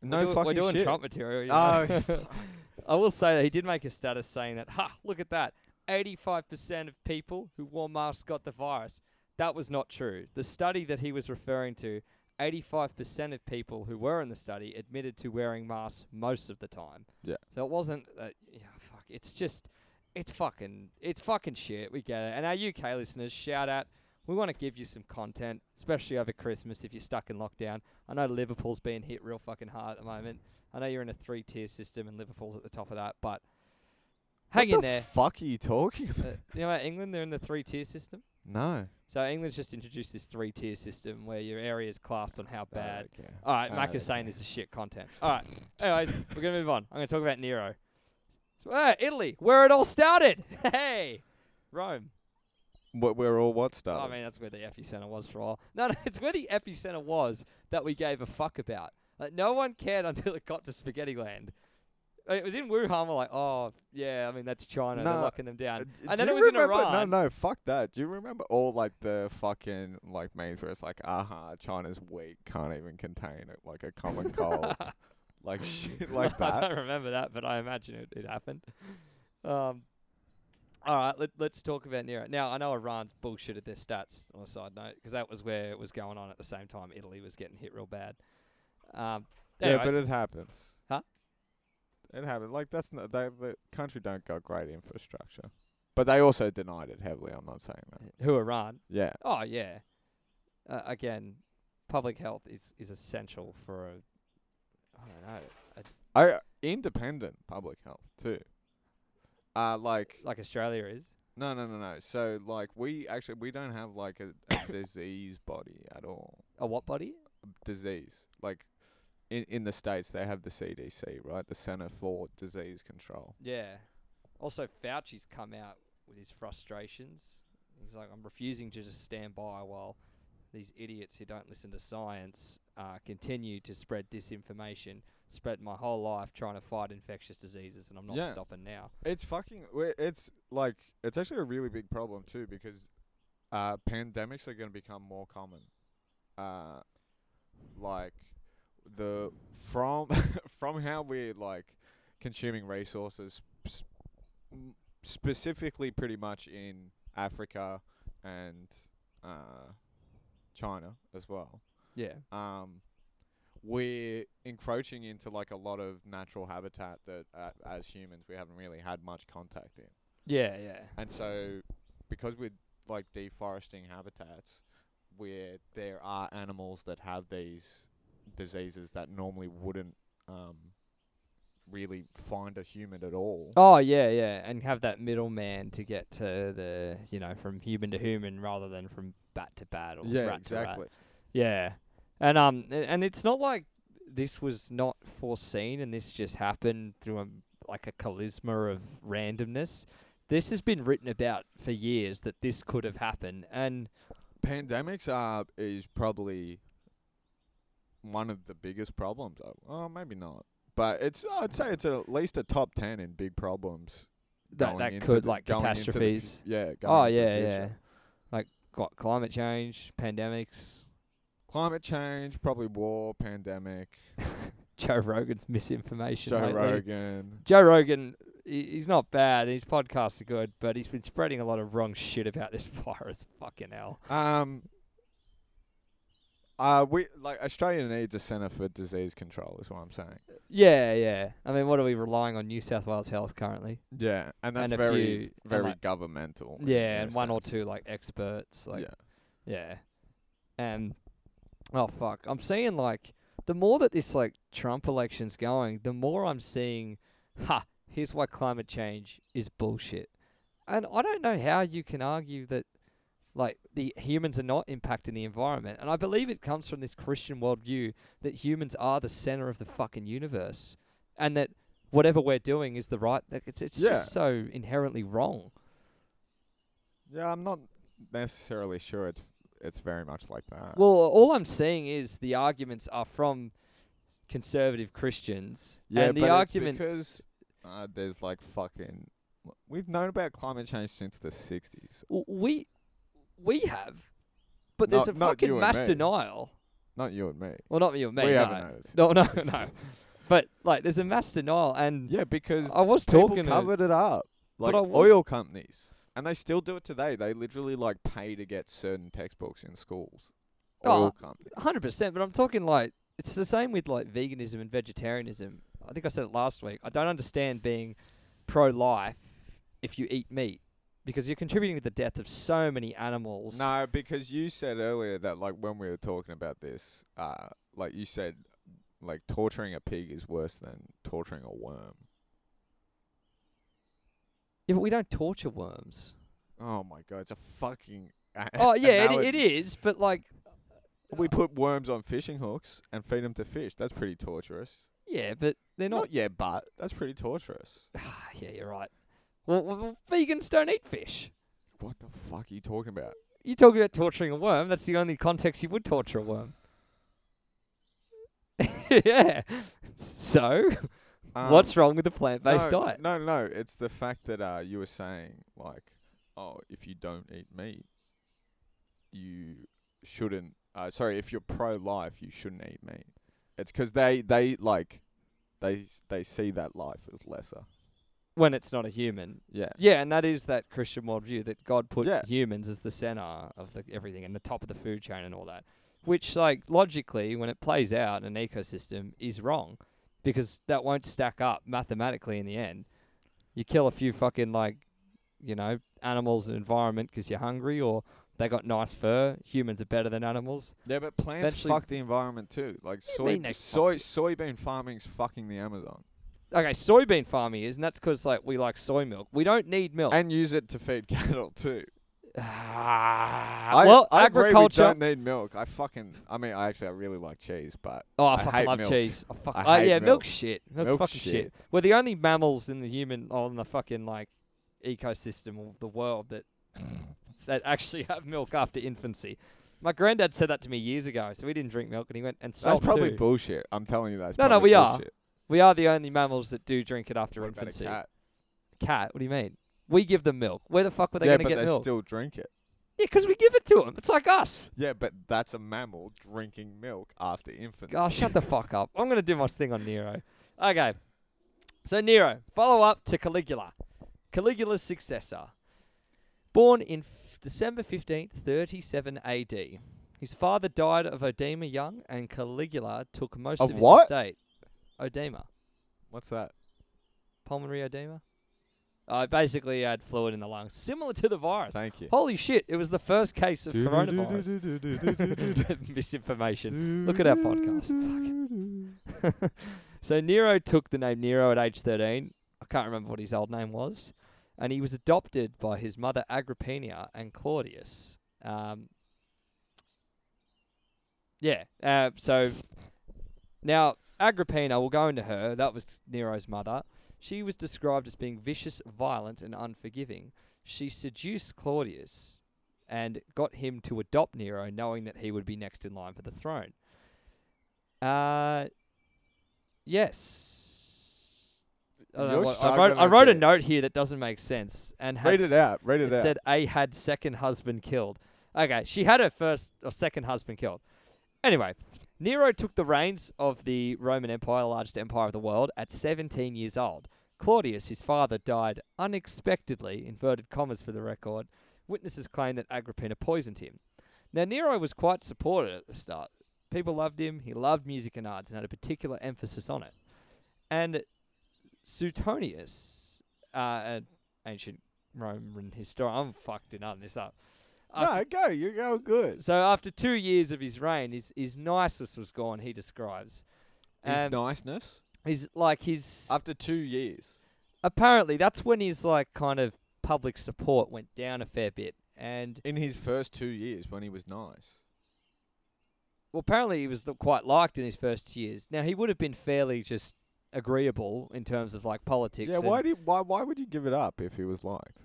Speaker 1: No
Speaker 2: we're doing,
Speaker 1: fucking
Speaker 2: We're doing
Speaker 1: shit.
Speaker 2: Trump material. You
Speaker 1: Oh, *laughs*
Speaker 2: know? *laughs* I will say that he did make a status saying that. Ha! Look at that. Eighty-five percent of people who wore masks got the virus. That was not true. The study that he was referring to, eighty-five percent of people who were in the study admitted to wearing masks most of the time.
Speaker 1: Yeah.
Speaker 2: So it wasn't. Uh, yeah. Fuck. It's just. It's fucking. It's fucking shit. We get it. And our UK listeners, shout out. We want to give you some content, especially over Christmas if you're stuck in lockdown. I know Liverpool's being hit real fucking hard at the moment. I know you're in a three tier system and Liverpool's at the top of that, but hang
Speaker 1: what
Speaker 2: in
Speaker 1: the
Speaker 2: there.
Speaker 1: Fuck, are you talking?
Speaker 2: Uh, you know, what, England, they're in the three tier system.
Speaker 1: No.
Speaker 2: So England's just introduced this three tier system where your area is classed on how bad.
Speaker 1: Oh, okay.
Speaker 2: All right,
Speaker 1: Oh,
Speaker 2: Mac is saying this is shit content. All right, anyways, we're gonna move on. I'm gonna talk about Nero. So, uh, Italy, where it all started. *laughs* Hey, Rome.
Speaker 1: What we're all what stuff?
Speaker 2: I mean, that's where the epicenter was for all. No, *laughs* no, it's where the epicenter was that we gave a fuck about. Like, no one cared *laughs* until it got to Spaghetti Land. Like, It was in Wuhan. We're like, oh yeah, I mean that's China. They're
Speaker 1: No,
Speaker 2: locking them down.
Speaker 1: Uh,
Speaker 2: and
Speaker 1: do
Speaker 2: then
Speaker 1: you
Speaker 2: it was in
Speaker 1: remember-
Speaker 2: Iran.
Speaker 1: No, no, fuck that. Do you remember all like the fucking like memes where it's like, aha, China's weak, can't even contain it, like a
Speaker 2: *laughs*
Speaker 1: common cold, like shit *laughs* like
Speaker 2: I
Speaker 1: that.
Speaker 2: don't remember that, but I imagine it, it happened. Um, all right, let, let's talk about Nero. Now, I know Iran's bullshitted their stats on a side note because that was where it was going on at the same time. Italy was getting hit real bad. Um,
Speaker 1: Yeah, but
Speaker 2: anyways.
Speaker 1: it happens.
Speaker 2: Huh?
Speaker 1: It happened. Like that's not they, the country don't got great infrastructure, but they also denied it heavily. I'm not saying that.
Speaker 2: who Iran?
Speaker 1: Yeah,
Speaker 2: Oh yeah. Uh, again, public health is is essential for a. I don't know,
Speaker 1: I independent public health too. Uh, like
Speaker 2: like Australia is.
Speaker 1: No, no, no, no. So like we actually we don't have like a,
Speaker 2: *coughs*
Speaker 1: a disease body at all.
Speaker 2: A what body?
Speaker 1: Disease like in in the states they have the CDC right, the Center for Disease Control.
Speaker 2: Yeah. Also, Fauci's come out with his frustrations. He's like, I'm refusing to just stand by while these idiots who don't listen to science uh, continue to spread disinformation. Spread my whole life trying to fight infectious diseases, and I'm not
Speaker 1: Yeah.
Speaker 2: stopping now.
Speaker 1: It's fucking. we- It's like it's actually a really big problem too because uh, pandemics are going to become more common. Uh, like the from *laughs* from how we're like consuming resources, sp- m- specifically pretty much in Africa and uh, China as well
Speaker 2: Yeah.
Speaker 1: um, we're encroaching into like a lot of natural habitat that uh, as humans we haven't really had much contact in.
Speaker 2: Yeah, yeah.
Speaker 1: And so because we're like deforesting habitats where there are animals that have these diseases that normally wouldn't um, really find a human at all.
Speaker 2: Oh yeah, yeah, and have that middleman to get to the you know from human to human rather than from bat to bat or rat to rat. Yeah, and um, a- and it's not like this was not foreseen and this just happened through a like a charisma of randomness. This has been written about for years that this could have happened, and
Speaker 1: pandemics are is probably one of the biggest problems. Oh, well, maybe not, but it's I'd say it's at least a top ten in big problems.
Speaker 2: that
Speaker 1: going
Speaker 2: that
Speaker 1: into
Speaker 2: could
Speaker 1: the-
Speaker 2: like
Speaker 1: going into the fu-
Speaker 2: catastrophes.
Speaker 1: yeah. Going
Speaker 2: Oh
Speaker 1: into the
Speaker 2: yeah, yeah,
Speaker 1: future.
Speaker 2: like what climate change, pandemics. *laughs*
Speaker 1: Climate change, probably war, pandemic.
Speaker 2: *laughs* Joe Rogan's misinformation.
Speaker 1: Joe
Speaker 2: lately.
Speaker 1: Rogan.
Speaker 2: Joe Rogan, he, he's not bad. and His podcasts are good, but he's been spreading a lot of wrong shit about this *laughs* virus. Fucking hell.
Speaker 1: Um. Uh, we like Australia needs a Centre for Disease Control, is what I'm saying.
Speaker 2: Yeah, yeah. I mean, what are we relying on New South Wales Health currently?
Speaker 1: Yeah, and that's
Speaker 2: And a
Speaker 1: very,
Speaker 2: few- and,
Speaker 1: very
Speaker 2: like-
Speaker 1: governmental. in- in
Speaker 2: yeah,
Speaker 1: a
Speaker 2: and one or
Speaker 1: sense.
Speaker 2: two like experts, like yeah, yeah. and Oh fuck! I'm seeing like the more that this like Trump election's going, the more I'm seeing, ha! Here's why climate change is bullshit, and I don't know how you can argue that, like the humans are not impacting the environment, and I believe it comes from this Christian worldview that humans are the center of the fucking universe, and that whatever we're doing is the right. Like, it's it's
Speaker 1: Yeah.
Speaker 2: just so inherently wrong.
Speaker 1: Yeah, I'm not necessarily sure it's it's very much like that.
Speaker 2: Well, all I'm saying is the arguments are from conservative Christians,
Speaker 1: yeah,
Speaker 2: and the
Speaker 1: but it's
Speaker 2: argument.
Speaker 1: because uh, there's like fucking. We've known about climate change since the '60s.
Speaker 2: W- we we have, but there's
Speaker 1: Not-
Speaker 2: a
Speaker 1: not you
Speaker 2: fucking
Speaker 1: and
Speaker 2: mass
Speaker 1: me.
Speaker 2: denial.
Speaker 1: Not you and me.
Speaker 2: Well, not you and me.
Speaker 1: we
Speaker 2: no.
Speaker 1: haven't known. it since
Speaker 2: No,
Speaker 1: the
Speaker 2: no,
Speaker 1: 60s.
Speaker 2: no. But like, there's a mass denial, and
Speaker 1: Yeah, because
Speaker 2: I was
Speaker 1: people
Speaker 2: talking. To,
Speaker 1: covered it up,
Speaker 2: But
Speaker 1: like
Speaker 2: I was-
Speaker 1: oil companies, and they still do it today. They literally like pay to get certain textbooks in schools.
Speaker 2: Oh,
Speaker 1: Oil companies.
Speaker 2: hundred percent. But I'm talking like it's the same with like veganism and vegetarianism. I think I said it last week. I don't understand being pro-life if you eat meat because you're contributing to the death of so many animals.
Speaker 1: No, because you said earlier that like when we were talking about this, uh, like you said, like torturing a pig is worse than torturing a worm.
Speaker 2: Yeah, but we don't
Speaker 1: *laughs*
Speaker 2: torture worms.
Speaker 1: Oh my god, it's a fucking. a-
Speaker 2: *laughs* oh yeah, it, it
Speaker 1: analogy.
Speaker 2: is. But like, uh,
Speaker 1: We put worms on fishing hooks and feed them to fish. That's pretty torturous.
Speaker 2: yeah, but they're
Speaker 1: Not,
Speaker 2: not
Speaker 1: yeah, but that's pretty torturous. *laughs*
Speaker 2: Ah, yeah, you're right. Well, well, well, vegans don't eat fish.
Speaker 1: What the fuck are you talking about?
Speaker 2: You talk about torturing a worm. That's the only context you would torture a worm. *laughs* yeah. So,
Speaker 1: Um,
Speaker 2: what's wrong with a plant-based
Speaker 1: no,
Speaker 2: diet?
Speaker 1: No, no, it's the fact that uh, you were saying like, oh, if you don't eat meat, you shouldn't. Uh, sorry, if you're pro-life, you shouldn't eat meat. It's 'cause they they like they s- they see that life as lesser.
Speaker 2: When it's not a human.
Speaker 1: Yeah,
Speaker 2: Yeah, and that is that Christian worldview that God put
Speaker 1: Yeah.
Speaker 2: humans as the center of the, everything and the top of the food chain and all that. Which, like, logically, when it plays out in an ecosystem, is wrong because that won't stack up mathematically in the end. You kill a few fucking, like, you know, animals and environment 'cause you're hungry or they got nice fur. Humans are better than animals.
Speaker 1: yeah, but plants
Speaker 2: Eventually-
Speaker 1: fuck the environment too. Like
Speaker 2: you
Speaker 1: soy
Speaker 2: mean they
Speaker 1: soy soybean farming's fucing the Amazon
Speaker 2: Okay, soybean farming is, and that's 'cause like, we like soy milk. We don't need milk.
Speaker 1: and use it to feed *laughs* cattle too.
Speaker 2: *sighs* Ah,
Speaker 1: I,
Speaker 2: well,
Speaker 1: I agree
Speaker 2: agriculture.
Speaker 1: we don't need milk. I fucking I mean, I actually I really like cheese, but
Speaker 2: Oh, I,
Speaker 1: I
Speaker 2: fucking
Speaker 1: hate
Speaker 2: love
Speaker 1: milk.
Speaker 2: cheese. I fuck.
Speaker 1: I
Speaker 2: oh,
Speaker 1: hate
Speaker 2: yeah,
Speaker 1: milk.
Speaker 2: milk's shit. Milk's
Speaker 1: Milk's
Speaker 2: fucking shit.
Speaker 1: shit.
Speaker 2: We're the only mammals in the human on the fucking like ecosystem of the world that that actually have milk after infancy. My granddad said that to me years ago, so we didn't drink milk, and he went and salt
Speaker 1: that's probably
Speaker 2: too.
Speaker 1: bullshit. I'm telling you, that's
Speaker 2: No, no,
Speaker 1: probably
Speaker 2: we are.
Speaker 1: bullshit.
Speaker 2: we are the only mammals that do drink it after
Speaker 1: What about a
Speaker 2: infancy.
Speaker 1: cat?
Speaker 2: Cat, What do you mean? We give them milk. Where the fuck were they
Speaker 1: yeah,
Speaker 2: gonna
Speaker 1: but
Speaker 2: get
Speaker 1: they
Speaker 2: milk?
Speaker 1: still drink it.
Speaker 2: Yeah, 'cause we give it to them. It's like us.
Speaker 1: Yeah, but that's a mammal drinking milk after infancy.
Speaker 2: Oh, shut the fuck up. I'm going to do my thing on Nero. Okay. So, Nero, follow up to Caligula. Caligula's successor. Born in f- December 15th, 37 AD. His father died of edema young, and Caligula took most
Speaker 1: Of
Speaker 2: of his
Speaker 1: what?
Speaker 2: estate. Edema.
Speaker 1: *laughs* What's that?
Speaker 2: Pulmonary edema. Uh, basically, had fluid in the lungs, similar to the virus.
Speaker 1: Thank you.
Speaker 2: Holy shit, it was the first case of coronavirus. *laughs* Misinformation. Look at our podcast. so Nero took the name Nero at age 13. I can't remember what his old name was. And he was adopted by his mother Agrippina and Claudius. Um, yeah. Uh, so now Agrippina, we'll go into her. That was Nero's mother. She was described as being vicious, violent, and unforgiving. She seduced Claudius and got him to adopt Nero, knowing that he would be next in line for the throne. Uh, yes. I, don't know
Speaker 1: You're
Speaker 2: what- I wrote,
Speaker 1: struggling
Speaker 2: I wrote a
Speaker 1: there.
Speaker 2: note here that doesn't make sense. And
Speaker 1: *laughs*
Speaker 2: had
Speaker 1: Read it
Speaker 2: s-
Speaker 1: out. Read it,
Speaker 2: it
Speaker 1: out.
Speaker 2: said A had second husband killed. Okay, she had her first or second husband killed. Anyway, Nero took the reins of the Roman Empire, the largest empire of the world, at 17 years old. Claudius, his father, died unexpectedly, inverted commas for the record. Witnesses claim that Agrippina poisoned him. Now, Nero was quite supported at the start. People loved him, he loved music and arts, and had a particular emphasis on it. And Suetonius, uh, an ancient Roman historian, I'm fucked in on this up. After-
Speaker 1: no, go. You go good.
Speaker 2: So after two years of his reign, his his niceness was gone. He describes.
Speaker 1: His
Speaker 2: Um,
Speaker 1: niceness
Speaker 2: He's like his
Speaker 1: after two years.
Speaker 2: apparently that's when his like kind of public support went down a fair bit, and
Speaker 1: In his first two years, when he was nice,
Speaker 2: well, apparently he was th- quite liked in his first years. Now he would have been fairly just agreeable in terms of like politics.
Speaker 1: yeah.
Speaker 2: and
Speaker 1: Why do you, why why would you give it up if he was liked?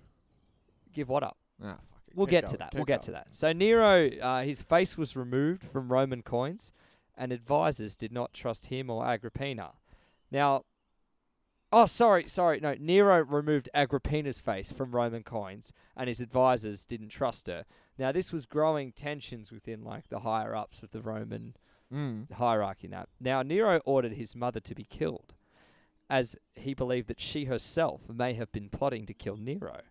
Speaker 2: give what up?
Speaker 1: Nah, fuck it.
Speaker 2: We'll
Speaker 1: Keep
Speaker 2: get to
Speaker 1: going,
Speaker 2: that.
Speaker 1: keep
Speaker 2: We'll get to
Speaker 1: going.
Speaker 2: that. So Nero, uh, his face was removed from Roman coins, and advisors did not trust him or Agrippina. Now, oh, sorry, sorry, no. Nero removed Agrippina's face from Roman coins, and his advisors didn't trust her. Now, this was growing tensions within like the higher ups of the Roman
Speaker 1: Mm.
Speaker 2: hierarchy. Now, now Nero ordered his mother to be killed, as he believed that she herself may have been plotting to kill Nero.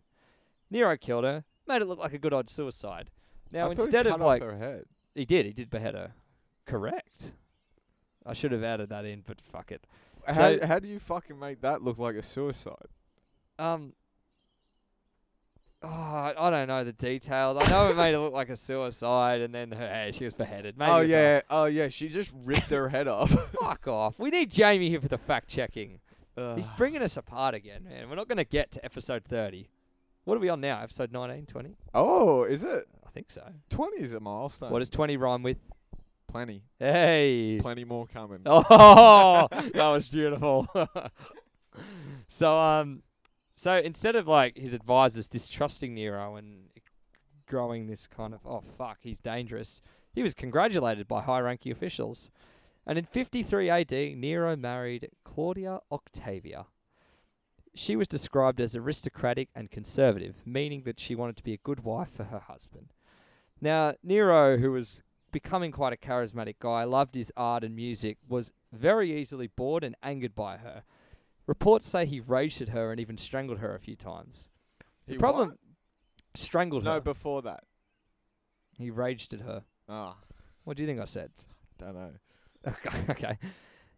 Speaker 2: Nero killed her, made it look like a good odd suicide. Now,
Speaker 1: I thought he
Speaker 2: instead
Speaker 1: cut
Speaker 2: of
Speaker 1: off
Speaker 2: like
Speaker 1: her head.
Speaker 2: he did, he did behead her. Correct. I should have added that in, but fuck it.
Speaker 1: How,
Speaker 2: So-
Speaker 1: how do you fucking make that look like a suicide?
Speaker 2: Um. Oh, I I don't know the details. I know it made it look like a suicide, and then her, hey, she was beheaded. Maybe
Speaker 1: oh
Speaker 2: it's a-
Speaker 1: yeah, oh yeah. She just ripped her head
Speaker 2: *laughs*
Speaker 1: off. *laughs*
Speaker 2: fuck off. We need Jamie here for the fact checking. He's
Speaker 1: Ugh.
Speaker 2: bringing us apart again, man. We're not going to get to episode 30. What are we on now? Episode 19, 20?
Speaker 1: oh, is it
Speaker 2: I think so.
Speaker 1: twenty? Is a milestone.
Speaker 2: What does 20 rhyme with?
Speaker 1: plenty?
Speaker 2: Hey.
Speaker 1: Plenty more coming.
Speaker 2: *laughs* Oh, that was beautiful. *laughs* so, um, so instead of like his advisors distrusting Nero and growing this kind of oh fuck he's dangerous, he was congratulated by high-ranking officials. And in 53 AD, Nero married Claudia Octavia. She was described as aristocratic and conservative, meaning that she wanted to be a good wife for her husband. Now, Nero, who was becoming quite a charismatic guy, loved his art and music, was very easily bored and angered by her. Reports say he raged at her and even strangled her a few times. The
Speaker 1: He
Speaker 2: problem
Speaker 1: what?
Speaker 2: strangled
Speaker 1: No,
Speaker 2: her.
Speaker 1: before that.
Speaker 2: he raged at her.
Speaker 1: Ah,
Speaker 2: What do you think I said? *laughs*
Speaker 1: don't know.
Speaker 2: Okay. okay.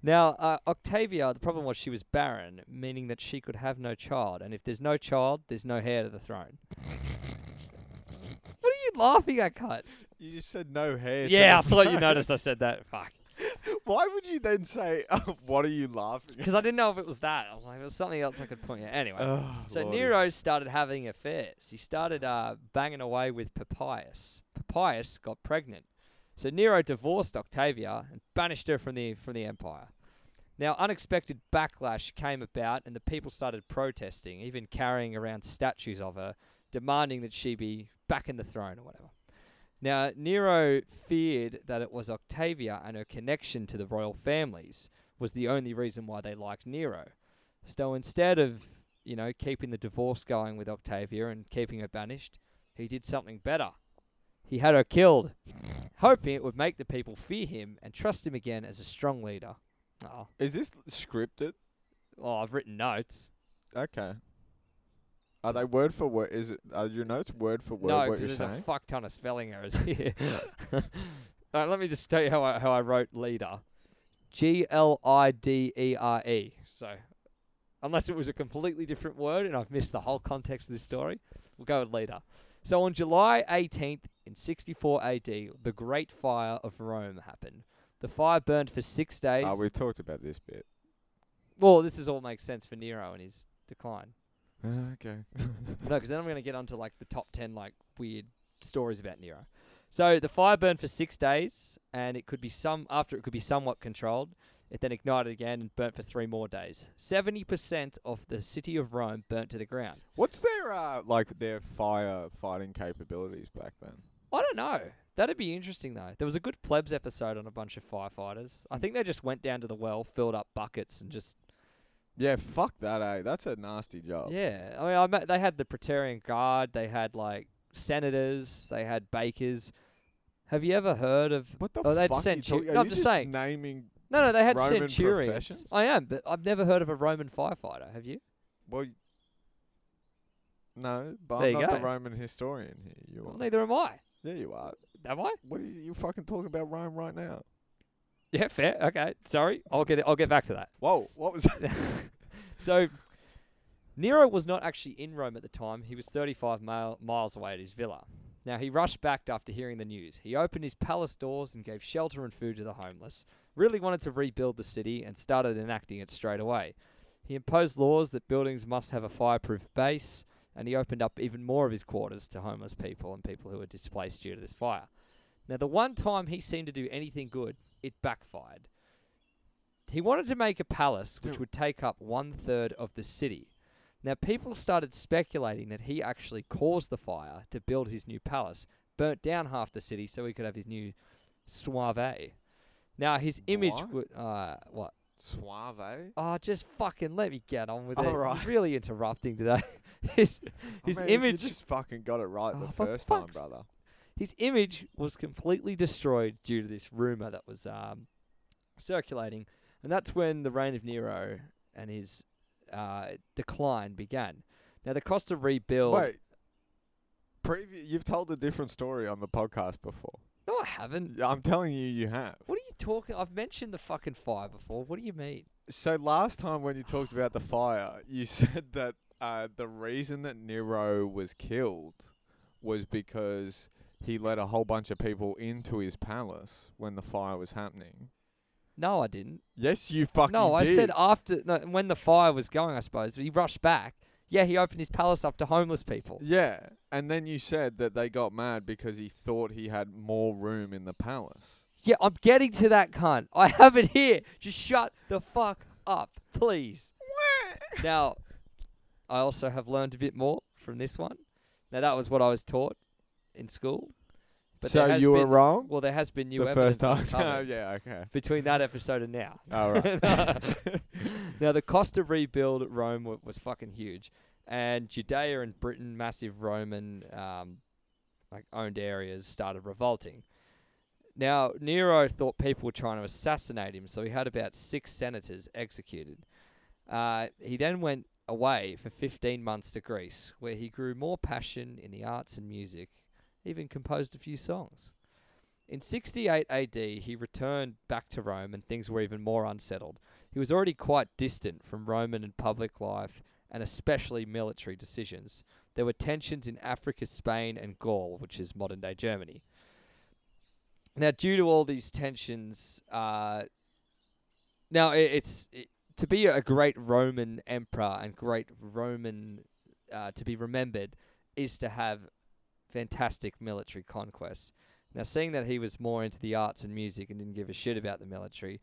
Speaker 2: Now, uh, Octavia, the problem was she was barren, meaning that she could have no child. And if there's no child, there's no heir to the throne. *laughs* What are you laughing at, cut?
Speaker 1: You just said no hair. to
Speaker 2: Yeah, I
Speaker 1: the *laughs*
Speaker 2: thought you
Speaker 1: phone.
Speaker 2: noticed I said that. Fuck.
Speaker 1: Why would you then say, *laughs* "Oh, "What are you
Speaker 2: *laughs*
Speaker 1: laughing?" at?
Speaker 2: Because I didn't know if it was that. I was like, it was something else I could point at. Anyway.
Speaker 1: Oh, *sighs*
Speaker 2: So
Speaker 1: Lordy.
Speaker 2: Nero started having affairs. He started uh, banging away with Papias. Papias got pregnant. So Nero divorced Octavia and banished her from the from the empire. Now, unexpected backlash came about, and the people started protesting, even carrying around statues of her, demanding that she be back in the throne or whatever. Now, Nero feared that it was Octavia and her connection to the royal families was the only reason why they liked Nero. So instead of, you know, keeping the divorce going with Octavia and keeping her banished, he did something better. He had her killed, *laughs* hoping it would make the people fear him and trust him again as a strong leader. Oh,
Speaker 1: Is this scripted?
Speaker 2: oh I've written notes.
Speaker 1: Okay. Are they word for word? Is it are your notes word for word
Speaker 2: no,
Speaker 1: what you're
Speaker 2: because there's a
Speaker 1: saying?
Speaker 2: fuck ton of
Speaker 1: *laughs*
Speaker 2: spelling errors *laughs* here. All right, let me just tell you how I, how I wrote leader. G L I D E R E. So, unless it was a completely different word and I've missed the whole context of this story, we'll go with leader. So, on July 18th in 64 AD, the Great Fire of Rome happened. The fire burned for six days.
Speaker 1: oh, we've talked about this bit. *laughs*
Speaker 2: well, this is all makes sense for Nero and his decline.
Speaker 1: Okay. *laughs*
Speaker 2: No, because then I'm going to get onto like the top 10 like weird stories about Nero. So the fire burned for six days, and it could be some after it could be somewhat controlled. It then ignited again and burnt for three more days. Seventy percent of the city of Rome burnt to the ground.
Speaker 1: What's their uh like their fire fighting capabilities back then?
Speaker 2: I don't know. That'd be interesting though. There was a good plebs episode on a bunch of firefighters. I think they just went down to the well, filled up buckets, and just
Speaker 1: Yeah, fuck that, eh? That's a nasty job.
Speaker 2: Yeah, I mean, I met, they had the Praetorian Guard, they had like senators, they had bakers. Have you ever heard of?
Speaker 1: What the
Speaker 2: Oh,
Speaker 1: fuck?
Speaker 2: that's
Speaker 1: are you
Speaker 2: centu-
Speaker 1: talking- are
Speaker 2: no, I'm
Speaker 1: you
Speaker 2: just saying.
Speaker 1: Naming.
Speaker 2: No, no, they had
Speaker 1: Roman
Speaker 2: centurions.
Speaker 1: professions?
Speaker 2: I am, but I've never heard of a Roman firefighter. Have you?
Speaker 1: Well. y- No, but
Speaker 2: There
Speaker 1: I'm
Speaker 2: you
Speaker 1: not the
Speaker 2: go.
Speaker 1: Roman historian here. You
Speaker 2: Well,
Speaker 1: are.
Speaker 2: neither am I.
Speaker 1: Yeah, you are.
Speaker 2: Am I?
Speaker 1: What are you, you fucking talking about Rome right now?
Speaker 2: Yeah, fair. Okay, sorry. I'll get. I'll get back to that. *laughs*
Speaker 1: Whoa, what was that?
Speaker 2: So, Nero was not actually in Rome at the time. He was 35 mile, miles away at his villa. Now he rushed back after hearing the news. He opened his palace doors and gave shelter and food to the homeless. Really wanted to rebuild the city and started enacting it straight away. He imposed laws that buildings must have a fireproof base, and he opened up even more of his quarters to homeless people and people who were displaced due to this fire. Now, the one time he seemed to do anything good, it backfired. He wanted to make a palace which
Speaker 1: Dude.
Speaker 2: would take up one third of the city. Now, people started speculating that he actually caused the fire to build his new palace, burnt down half the city so he could have his new soiree. Now, his image
Speaker 1: What?
Speaker 2: would. Uh, what?
Speaker 1: *laughs* Suave.
Speaker 2: Oh, just fucking let me get on with it.
Speaker 1: All
Speaker 2: You're
Speaker 1: right.
Speaker 2: really interrupting today. *laughs* his his
Speaker 1: I mean, if
Speaker 2: image
Speaker 1: You just fucking got it right
Speaker 2: Oh,
Speaker 1: the
Speaker 2: for
Speaker 1: first time,
Speaker 2: fuck's-
Speaker 1: brother.
Speaker 2: his image was completely destroyed due to this rumor that was um, circulating, and that's when the reign of Nero and his uh, decline began. Now the cost of rebuild.
Speaker 1: Wait. Preview. You've told a different story on the podcast before.
Speaker 2: No, I haven't.
Speaker 1: Yeah, I'm telling you, you have.
Speaker 2: What are you talking? I've mentioned the fucking fire before. What do you mean?
Speaker 1: So last time when you talked about the fire, you *laughs* said that uh, the reason that Nero was killed was because he let a whole bunch of people into his palace when the fire was happening.
Speaker 2: No, I didn't.
Speaker 1: Yes, you fucking
Speaker 2: no, I
Speaker 1: did.
Speaker 2: said after no, when the fire was going. I suppose he rushed back. Yeah, he opened his palace up to homeless people.
Speaker 1: yeah, and then you said that they got mad because he thought he had more room in the palace.
Speaker 2: Yeah, I'm getting to that cunt. I have it here. Just shut the fuck up, please. now, I also have learned a bit more from this one. Now, that was what I was taught in school. But there
Speaker 1: so
Speaker 2: has
Speaker 1: you were
Speaker 2: been-
Speaker 1: wrong
Speaker 2: Well, there has been new
Speaker 1: the
Speaker 2: evidence
Speaker 1: first time. *laughs* Oh,
Speaker 2: uncovered
Speaker 1: yeah, okay.
Speaker 2: between that episode and now.
Speaker 1: All right.
Speaker 2: *laughs* now, the cost to rebuild Rome wa- was fucking huge, and Judea and Britain, massive Roman, um, like owned areas, started revolting. Now, Nero thought people were trying to assassinate him, so he had about six senators executed. Uh, he then went away for 15 months to Greece, where he grew more passion in the arts and music, even composed a few songs. In 68 AD, he returned back to Rome and things were even more unsettled. He was already quite distant from Roman and public life, and especially military decisions. There were tensions in Africa, Spain, and Gaul, which is modern day Germany. Now, due to all these tensions, uh, now i it's it, to be a great Roman emperor and great Roman uh, to be remembered is to have fantastic military conquests. Now, seeing that he was more into the arts and music and didn't give a shit about the military,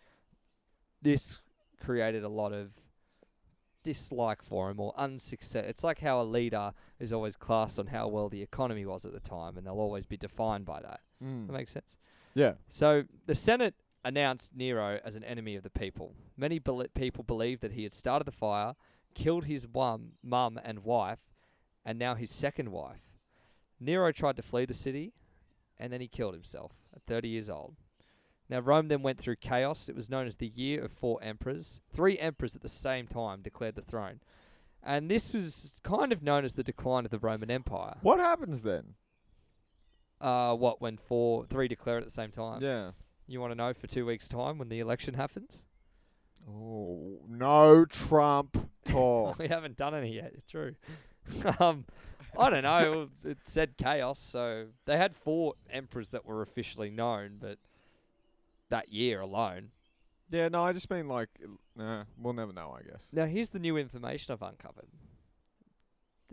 Speaker 2: this created a lot of dislike for him or unsuccess. It's like how a leader is always classed on how well the economy was at the time, and they'll always be defined by that. That
Speaker 1: Mm.
Speaker 2: makes sense.
Speaker 1: Yeah.
Speaker 2: So the Senate announced Nero as an enemy of the people. Many bel people believed that he had started the fire, killed his mum, mum and wife, and now his second wife. Nero tried to flee the city, and then he killed himself at 30 years old. Now Rome then went through chaos. It was known as the Year of Four Emperors. Three emperors at the same time declared the throne, and this was kind of known as the decline of the Roman Empire.
Speaker 1: What happens then?
Speaker 2: Uh, what when four, three declare at the same time?
Speaker 1: Yeah.
Speaker 2: You want to know for two weeks' time when the
Speaker 1: *laughs*
Speaker 2: election happens?
Speaker 1: Oh, no
Speaker 2: *laughs*
Speaker 1: Trump talk.
Speaker 2: we haven't done any yet. It's true. *laughs* um, I don't know. It said chaos, so they had four emperors that were officially known, but that year alone.
Speaker 1: yeah, no, I just mean like, nah, we'll never know, I guess.
Speaker 2: Now here's the new information I've uncovered.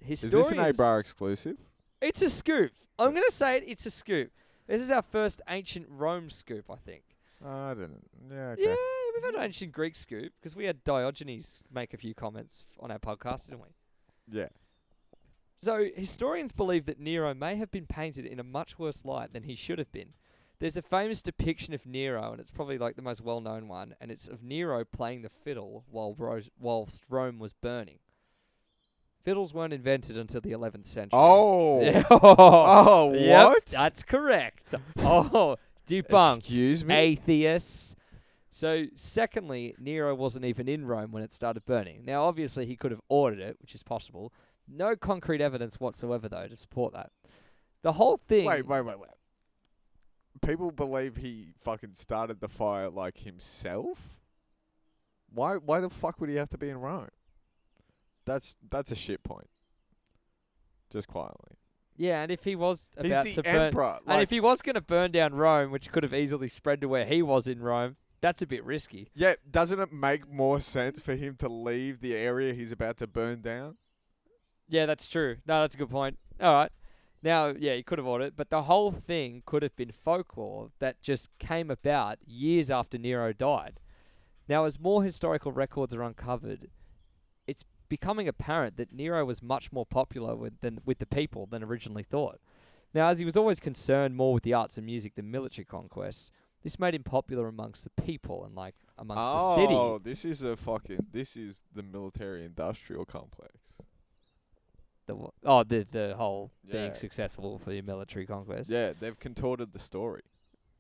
Speaker 1: Is
Speaker 2: Historians.
Speaker 1: this an Abrar exclusive?
Speaker 2: It's a scoop. I'm gonna say it. It's a scoop. This is our first ancient Rome scoop, I think.
Speaker 1: Uh, I didn't. Yeah, okay.
Speaker 2: Yeah, we've had an ancient Greek scoop because we had Diogenes make a few comments on our podcast, didn't we?
Speaker 1: Yeah.
Speaker 2: So, historians believe that Nero may have been painted in a much worse light than he should have been. There's a famous depiction of Nero, and it's probably like the most well known one, and it's of Nero playing the fiddle while Ro- whilst Rome was burning. Fiddles weren't invented until the 11th century.
Speaker 1: Oh.
Speaker 2: *laughs* Yeah.
Speaker 1: *laughs* Oh,
Speaker 2: Yep,
Speaker 1: what?
Speaker 2: that's correct. Oh,
Speaker 1: *laughs*
Speaker 2: debunked.
Speaker 1: Excuse me.
Speaker 2: Atheists. So, secondly, Nero wasn't even in Rome when it started burning. Now, obviously, he could have ordered it, which is possible. No concrete evidence whatsoever, though, to support that. The whole thing.
Speaker 1: wait, wait, wait, wait. People believe he fucking started the fire like himself. Why? Why the fuck would he have to be in Rome? That's that's a shit point. Just quietly.
Speaker 2: Yeah, and if he was
Speaker 1: He's
Speaker 2: about to
Speaker 1: the
Speaker 2: burn,
Speaker 1: emperor.
Speaker 2: and
Speaker 1: Like,
Speaker 2: if he was going to burn down Rome, which could have easily spread to where he was in Rome, that's a bit risky.
Speaker 1: yeah, doesn't it make more sense for him to leave the area he's about to burn down?
Speaker 2: Yeah, that's true. No, that's a good point. All right. Now, yeah, he could have ordered, it, but the whole thing could have been folklore that just came about years after Nero died. Now, as more historical records are uncovered, it's becoming apparent that Nero was much more popular with, than, with the people than originally thought. Now, as he was always concerned more with the arts and music than military conquests, this made him popular amongst the people and like amongst
Speaker 1: oh,
Speaker 2: the city.
Speaker 1: this is a fucking this is the military industrial complex.
Speaker 2: The, w- oh, the the whole
Speaker 1: Yeah.
Speaker 2: being successful for your military conquest.
Speaker 1: Yeah, they've contorted the story.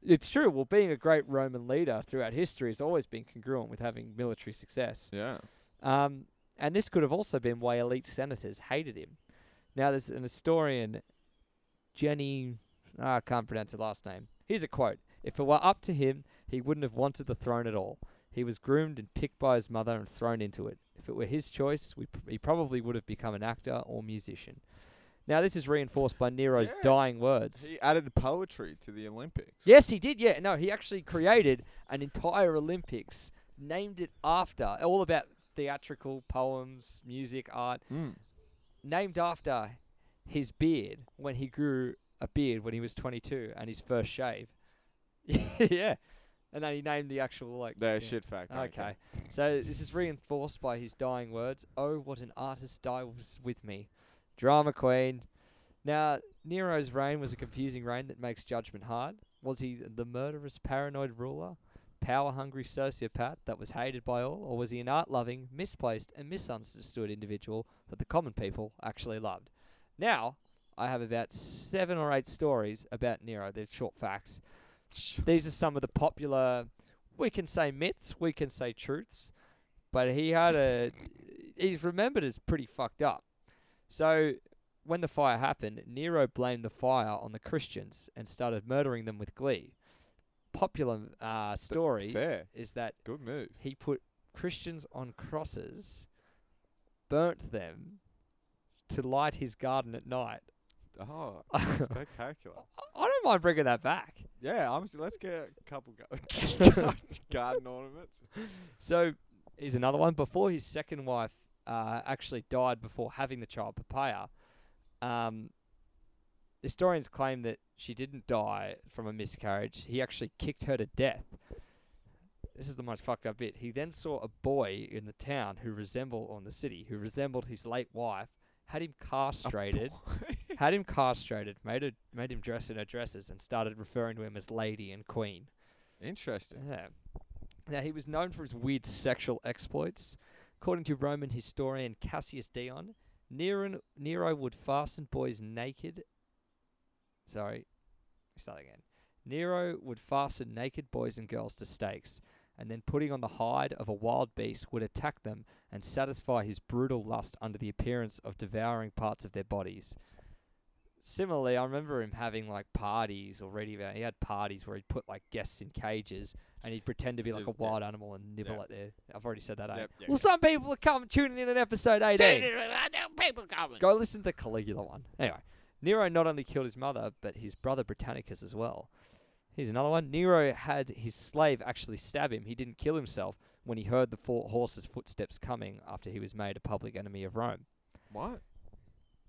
Speaker 2: It's true. Well, being a great Roman leader throughout history has always been congruent with having military success.
Speaker 1: Yeah.
Speaker 2: Um, and this could have also been why elite senators hated him. Now, there's an historian, Jenny, ah, I can't pronounce her last name. Here's a quote If it were up to him, he wouldn't have wanted the throne at all. He was groomed and picked by his mother and thrown into it. If it were his choice, we pr- he probably would have become an actor or musician. Now, this is reinforced by Nero's
Speaker 1: Yeah.
Speaker 2: dying words.
Speaker 1: He added poetry to the Olympics.
Speaker 2: Yes, he did. Yeah, no, he actually created an entire Olympics, named it after all about theatrical poems, music, art,
Speaker 1: Mm.
Speaker 2: named after his beard when he grew a beard when he was 22 and his first shave. *laughs* yeah, and then he named the actual like.
Speaker 1: They're
Speaker 2: yeah.
Speaker 1: a shit fact.
Speaker 2: Okay, so this is reinforced by his dying words. Oh, what an artist dies with me, drama queen. Now Nero's reign was a confusing reign that makes judgment hard. Was he the murderous, paranoid ruler, power-hungry sociopath that was hated by all, or was he an art-loving, misplaced, and misunderstood individual that the common people actually loved? Now I have about seven or eight stories about Nero. They're short facts. These are some of the popular. We can say myths, we can say truths, but he had a. He's remembered as pretty fucked up. So, when the fire happened, Nero blamed the fire on the Christians and started murdering them with glee. Popular uh, story
Speaker 1: Fair.
Speaker 2: is that
Speaker 1: Good move.
Speaker 2: he put Christians on crosses, burnt them to light his garden at night.
Speaker 1: Oh,
Speaker 2: *laughs* I
Speaker 1: spectacular.
Speaker 2: I don't mind bringing that back. *laughs*
Speaker 1: Yeah, I'm. s- Let's get a couple gar- *laughs* garden
Speaker 2: *laughs*
Speaker 1: ornaments.
Speaker 2: So here's another one. Before his second wife uh, actually died before having the child Papaya, um, historians claim that she didn't die from a miscarriage. He actually kicked her to death. This is the most fucked up bit. He then saw a boy in the town who resembled on the city who resembled his late wife, had him castrated, had him castrated, made her, made him dress in her dresses, and started referring to him as lady and queen.
Speaker 1: *laughs* Interesting.
Speaker 2: Yeah. Now, he was known for his weird sexual exploits. According to Roman historian Cassius Dion, Nero, Nero would fasten boys naked. Sorry, start again. Nero would fasten naked boys and girls to stakes, and then putting on the hide of a wild beast would attack them and satisfy his brutal lust under the appearance of devouring parts of their bodies. Similarly, I remember him having like parties already. where He had parties where he'd put like guests in cages and he'd pretend to be like a
Speaker 1: Yeah.
Speaker 2: wild animal and nibble
Speaker 1: Yeah.
Speaker 2: at their. I've already said that. eh?
Speaker 1: Yep, yep,
Speaker 2: well,
Speaker 1: yep.
Speaker 2: some people are coming tuning in at episode 18. Go listen to the Caligula one. Anyway, Nero not only killed his mother, but his brother Britannicus as well. Here's another one. Nero had his slave actually stab him. He didn't kill himself when he heard the four horses' footsteps coming after he was made a public enemy of Rome.
Speaker 1: What?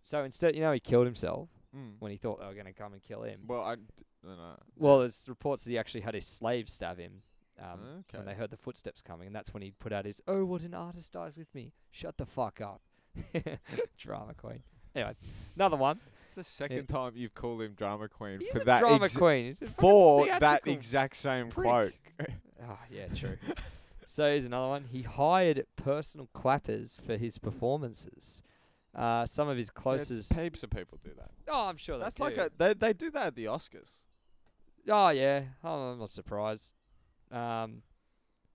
Speaker 2: So instead, you know, he killed himself
Speaker 1: Mm.
Speaker 2: when he thought they were going to come and kill him.
Speaker 1: Well, I. d- No, no.
Speaker 2: Well, there's reports that he actually had his slave stab him um, when
Speaker 1: Okay.
Speaker 2: they heard the footsteps coming, and that's when he put out his "Oh, what an artist dies with me." Shut the fuck up, *laughs* drama queen. Anyway, another one
Speaker 1: It's the second time you've called him drama queen for
Speaker 2: a
Speaker 1: that
Speaker 2: drama
Speaker 1: exa-
Speaker 2: queen He's a fucking
Speaker 1: for that
Speaker 2: theatrical-
Speaker 1: exact same
Speaker 2: prick.
Speaker 1: quote. *laughs*
Speaker 2: Ah, yeah, true. so here's another one. He hired personal clappers for his performances. Uh, some of his closest.
Speaker 1: Heaps of people do that.
Speaker 2: oh, I'm sure they
Speaker 1: That's like
Speaker 2: do.
Speaker 1: a they they do that at the Oscars.
Speaker 2: Oh yeah, I'm not surprised. Um,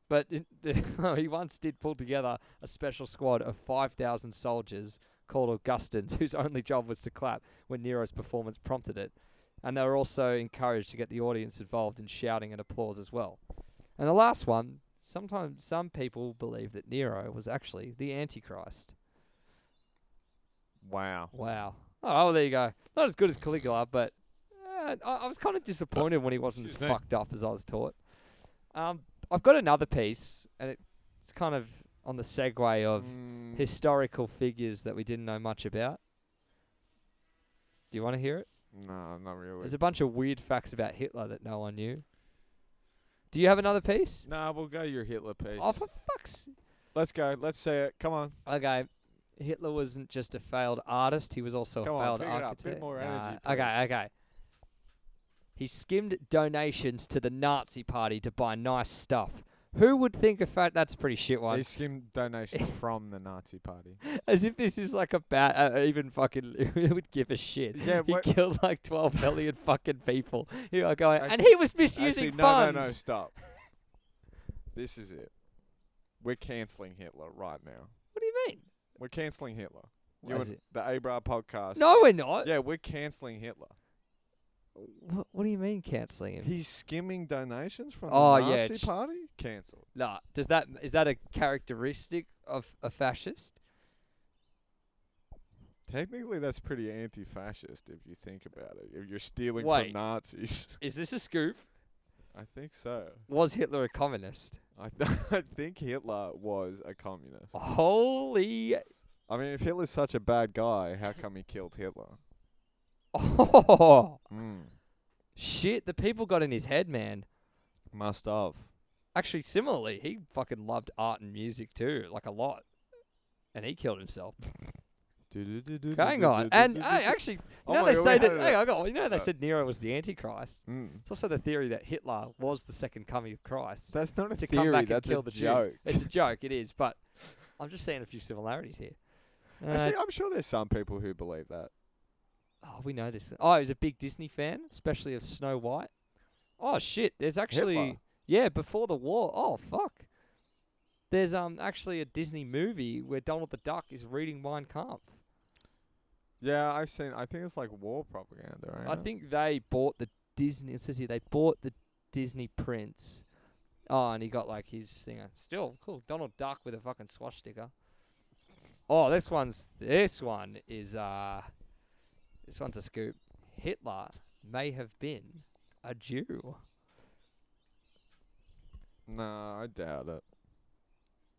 Speaker 2: but *laughs* it, he once did pull together a special squad of 5,000 soldiers called Augustans, *laughs* whose only job was to clap when Nero's performance prompted it. And they were also encouraged to get the audience involved in shouting and applause as well. And the last one, sometimes some people believe that Nero was actually the Antichrist.
Speaker 1: Wow.
Speaker 2: Wow. Oh, well, there you go. Not as good as Caligula, but uh, I, I was kind of disappointed when he wasn't as
Speaker 1: excuse me.
Speaker 2: fucked up as I was taught. Um, I've got another piece, and it's kind of on the segue of
Speaker 1: Mm,
Speaker 2: historical figures that we didn't know much about. Do you want to hear it?
Speaker 1: no, not really.
Speaker 2: There's a bunch of weird facts about Hitler that no one knew. Do you have another piece?
Speaker 1: Nah, we'll go your Hitler piece.
Speaker 2: Oh, for fuck's
Speaker 1: Let's go. Let's say it. Come on.
Speaker 2: Okay. Hitler wasn't just a failed artist, he was also
Speaker 1: Come
Speaker 2: a
Speaker 1: on,
Speaker 2: failed
Speaker 1: pick it up. Bit
Speaker 2: architect.
Speaker 1: more
Speaker 2: Nah,
Speaker 1: energy,
Speaker 2: okay,
Speaker 1: please.
Speaker 2: okay. He skimmed donations to the Nazi party to buy nice stuff. Who would think of fact that's a pretty shit one?
Speaker 1: They skimmed donations from the Nazi party.
Speaker 2: *laughs* As if this is like a bad, uh, even fucking, *laughs* who would give a shit?
Speaker 1: Yeah,
Speaker 2: *laughs* he
Speaker 1: what-
Speaker 2: killed like
Speaker 1: *laughs*
Speaker 2: 12 million fucking people who are going, and
Speaker 1: Actually-
Speaker 2: he was misusing
Speaker 1: Actually, no,
Speaker 2: funds.
Speaker 1: no, no. Stop.
Speaker 2: *laughs*
Speaker 1: this is it. We're canceling Hitler right now.
Speaker 2: What do you mean?
Speaker 1: We're canceling Hitler. You
Speaker 2: What is
Speaker 1: and
Speaker 2: it?
Speaker 1: the Abra podcast.
Speaker 2: No, we're not.
Speaker 1: Yeah, we're canceling Hitler.
Speaker 2: What, what do you mean cancelling him?
Speaker 1: He's skimming donations from
Speaker 2: Oh,
Speaker 1: the
Speaker 2: yeah,
Speaker 1: Nazi
Speaker 2: it's-
Speaker 1: party. Cancelled.
Speaker 2: Nah, does that is that a characteristic of a fascist?
Speaker 1: Technically, that's pretty anti-fascist if you think about it. If you're stealing
Speaker 2: Wait.
Speaker 1: from Nazis, *laughs*
Speaker 2: Is this a scoop?
Speaker 1: I think so.
Speaker 2: Was Hitler a communist?
Speaker 1: I, th- *laughs* I think Hitler was a communist.
Speaker 2: Holy!
Speaker 1: I mean, if Hitler's such a bad guy, how come he killed Hitler?
Speaker 2: *laughs* Oh
Speaker 1: Mm.
Speaker 2: shit! The people got in his head, man.
Speaker 1: Must have.
Speaker 2: Actually, similarly, he fucking loved art and music too, like a lot, and he
Speaker 1: *laughs*
Speaker 2: killed himself. Hang on, and uh, hey, actually, you
Speaker 1: Oh
Speaker 2: know
Speaker 1: my
Speaker 2: they
Speaker 1: God, we
Speaker 2: say
Speaker 1: had
Speaker 2: that.
Speaker 1: it
Speaker 2: Hang
Speaker 1: up.
Speaker 2: on, hang on, you know they
Speaker 1: Uh,
Speaker 2: said Nero was the Antichrist.
Speaker 1: Mm.
Speaker 2: It's also the theory that Hitler was the second coming of Christ.
Speaker 1: That's not a
Speaker 2: to
Speaker 1: theory.
Speaker 2: come back
Speaker 1: that's
Speaker 2: and kill
Speaker 1: a
Speaker 2: the
Speaker 1: joke.
Speaker 2: Jews. It's a joke. It is, but I'm just seeing a few similarities here. Uh,
Speaker 1: Actually, I'm sure there's some people who believe that.
Speaker 2: oh, we know this. Oh, he was a big Disney fan, especially of Snow White. Oh shit! There's actually
Speaker 1: Hitler.
Speaker 2: yeah, before the war. Oh fuck! There's um actually a Disney movie where Donald the Duck is reading Mein Kampf.
Speaker 1: Yeah, I've seen. I think it's like war propaganda. Right?
Speaker 2: I think they bought the Disney. It says here they bought the Disney prints. Oh, and he got like his thing. Still cool. Donald Duck with a fucking swash sticker. Oh, this one's this one is uh, this one's a scoop. Hitler may have been a Jew.
Speaker 1: No, I doubt it.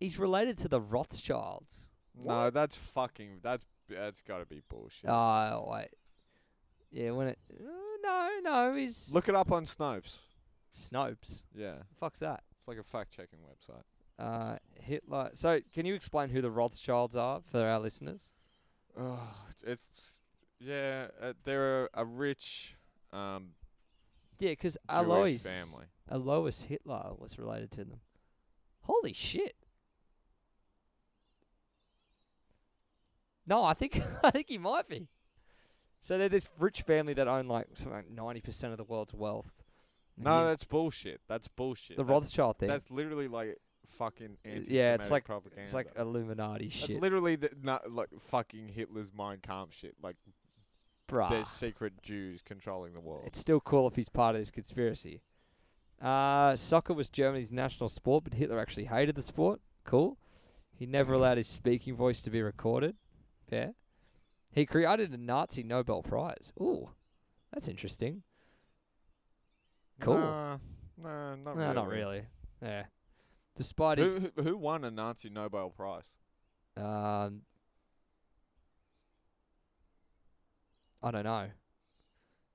Speaker 2: He's related to the Rothschilds.
Speaker 1: No, that's fucking. That's that's got to be bullshit.
Speaker 2: Oh wait, yeah. When it uh, no no he's
Speaker 1: Look it up on Snopes.
Speaker 2: Snopes.
Speaker 1: Yeah,
Speaker 2: Fuck's that.
Speaker 1: it's like a fact-checking website.
Speaker 2: uh, Hitler. So, can you explain who the Rothschilds are for our listeners?
Speaker 1: Oh, it's yeah. Uh, they're a, a rich um,
Speaker 2: Yeah, 'cause
Speaker 1: Jewish
Speaker 2: Alois,
Speaker 1: family.
Speaker 2: Alois Hitler was related to them. Holy shit! No, I think *laughs* I think he might be. So they're this rich family that own like something like ninety percent of the world's wealth. And
Speaker 1: No,
Speaker 2: he-
Speaker 1: that's bullshit. That's bullshit.
Speaker 2: the
Speaker 1: that's,
Speaker 2: Rothschild thing.
Speaker 1: That's literally like fucking anti-Semitic
Speaker 2: yeah, it's like
Speaker 1: propaganda.
Speaker 2: it's like Illuminati
Speaker 1: that's
Speaker 2: shit,
Speaker 1: literally the not like fucking Hitler's Mein Kampf shit. Like
Speaker 2: bruh.
Speaker 1: there's secret Jews controlling the world.
Speaker 2: It's still cool if he's part of this conspiracy. Uh, soccer was Germany's national sport, but Hitler actually hated the sport. Cool. He never allowed his speaking voice to be recorded. Fair. He created a Nazi Nobel Prize. Ooh, that's interesting. cool.
Speaker 1: Nah, nah, not
Speaker 2: no,
Speaker 1: really.
Speaker 2: not really. Yeah. Despite his
Speaker 1: Who, who who won a Nazi Nobel Prize?
Speaker 2: um, I don't know.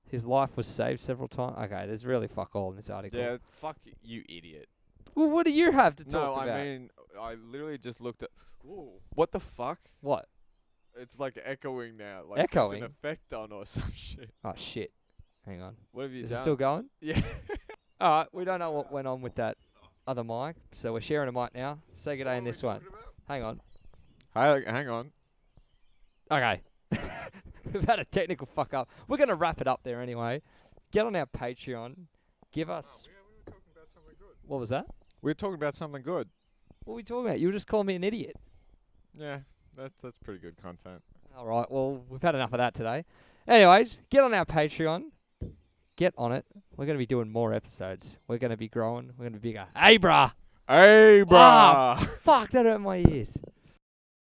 Speaker 2: His life was saved several times. Okay, there's really fuck all in this article.
Speaker 1: Yeah, fuck y- you, idiot.
Speaker 2: Well, what do you have to
Speaker 1: No,
Speaker 2: talk
Speaker 1: I
Speaker 2: about?
Speaker 1: mean, I literally just looked at. Ooh, what the fuck?
Speaker 2: what?
Speaker 1: It's like echoing now. Like there's
Speaker 2: Echoing?
Speaker 1: an effect on or *laughs* some shit.
Speaker 2: Oh shit! Hang on.
Speaker 1: What have you
Speaker 2: Is it
Speaker 1: done?
Speaker 2: still going?
Speaker 1: *laughs* yeah.
Speaker 2: All right, we don't know what went on with that other mic, so we're sharing a mic now. Say good day in this one. Hang on.
Speaker 1: Hi, hang on.
Speaker 2: Okay. *laughs* We've had a technical fuck up. We're gonna wrap it up there anyway. Get on our Patreon. Give us what was that?
Speaker 1: We were talking about something good.
Speaker 2: What were we talking about? You were just calling me an idiot.
Speaker 1: Yeah, that's that's pretty good content.
Speaker 2: All right. Well, we've had enough of that today. Anyways, get on our Patreon. Get on it. We're gonna be doing more episodes. We're gonna be growing. We're gonna be bigger. Hey, bruh.
Speaker 1: Hey,
Speaker 2: Ah,
Speaker 1: bruh.
Speaker 2: fuck, that hurt my ears.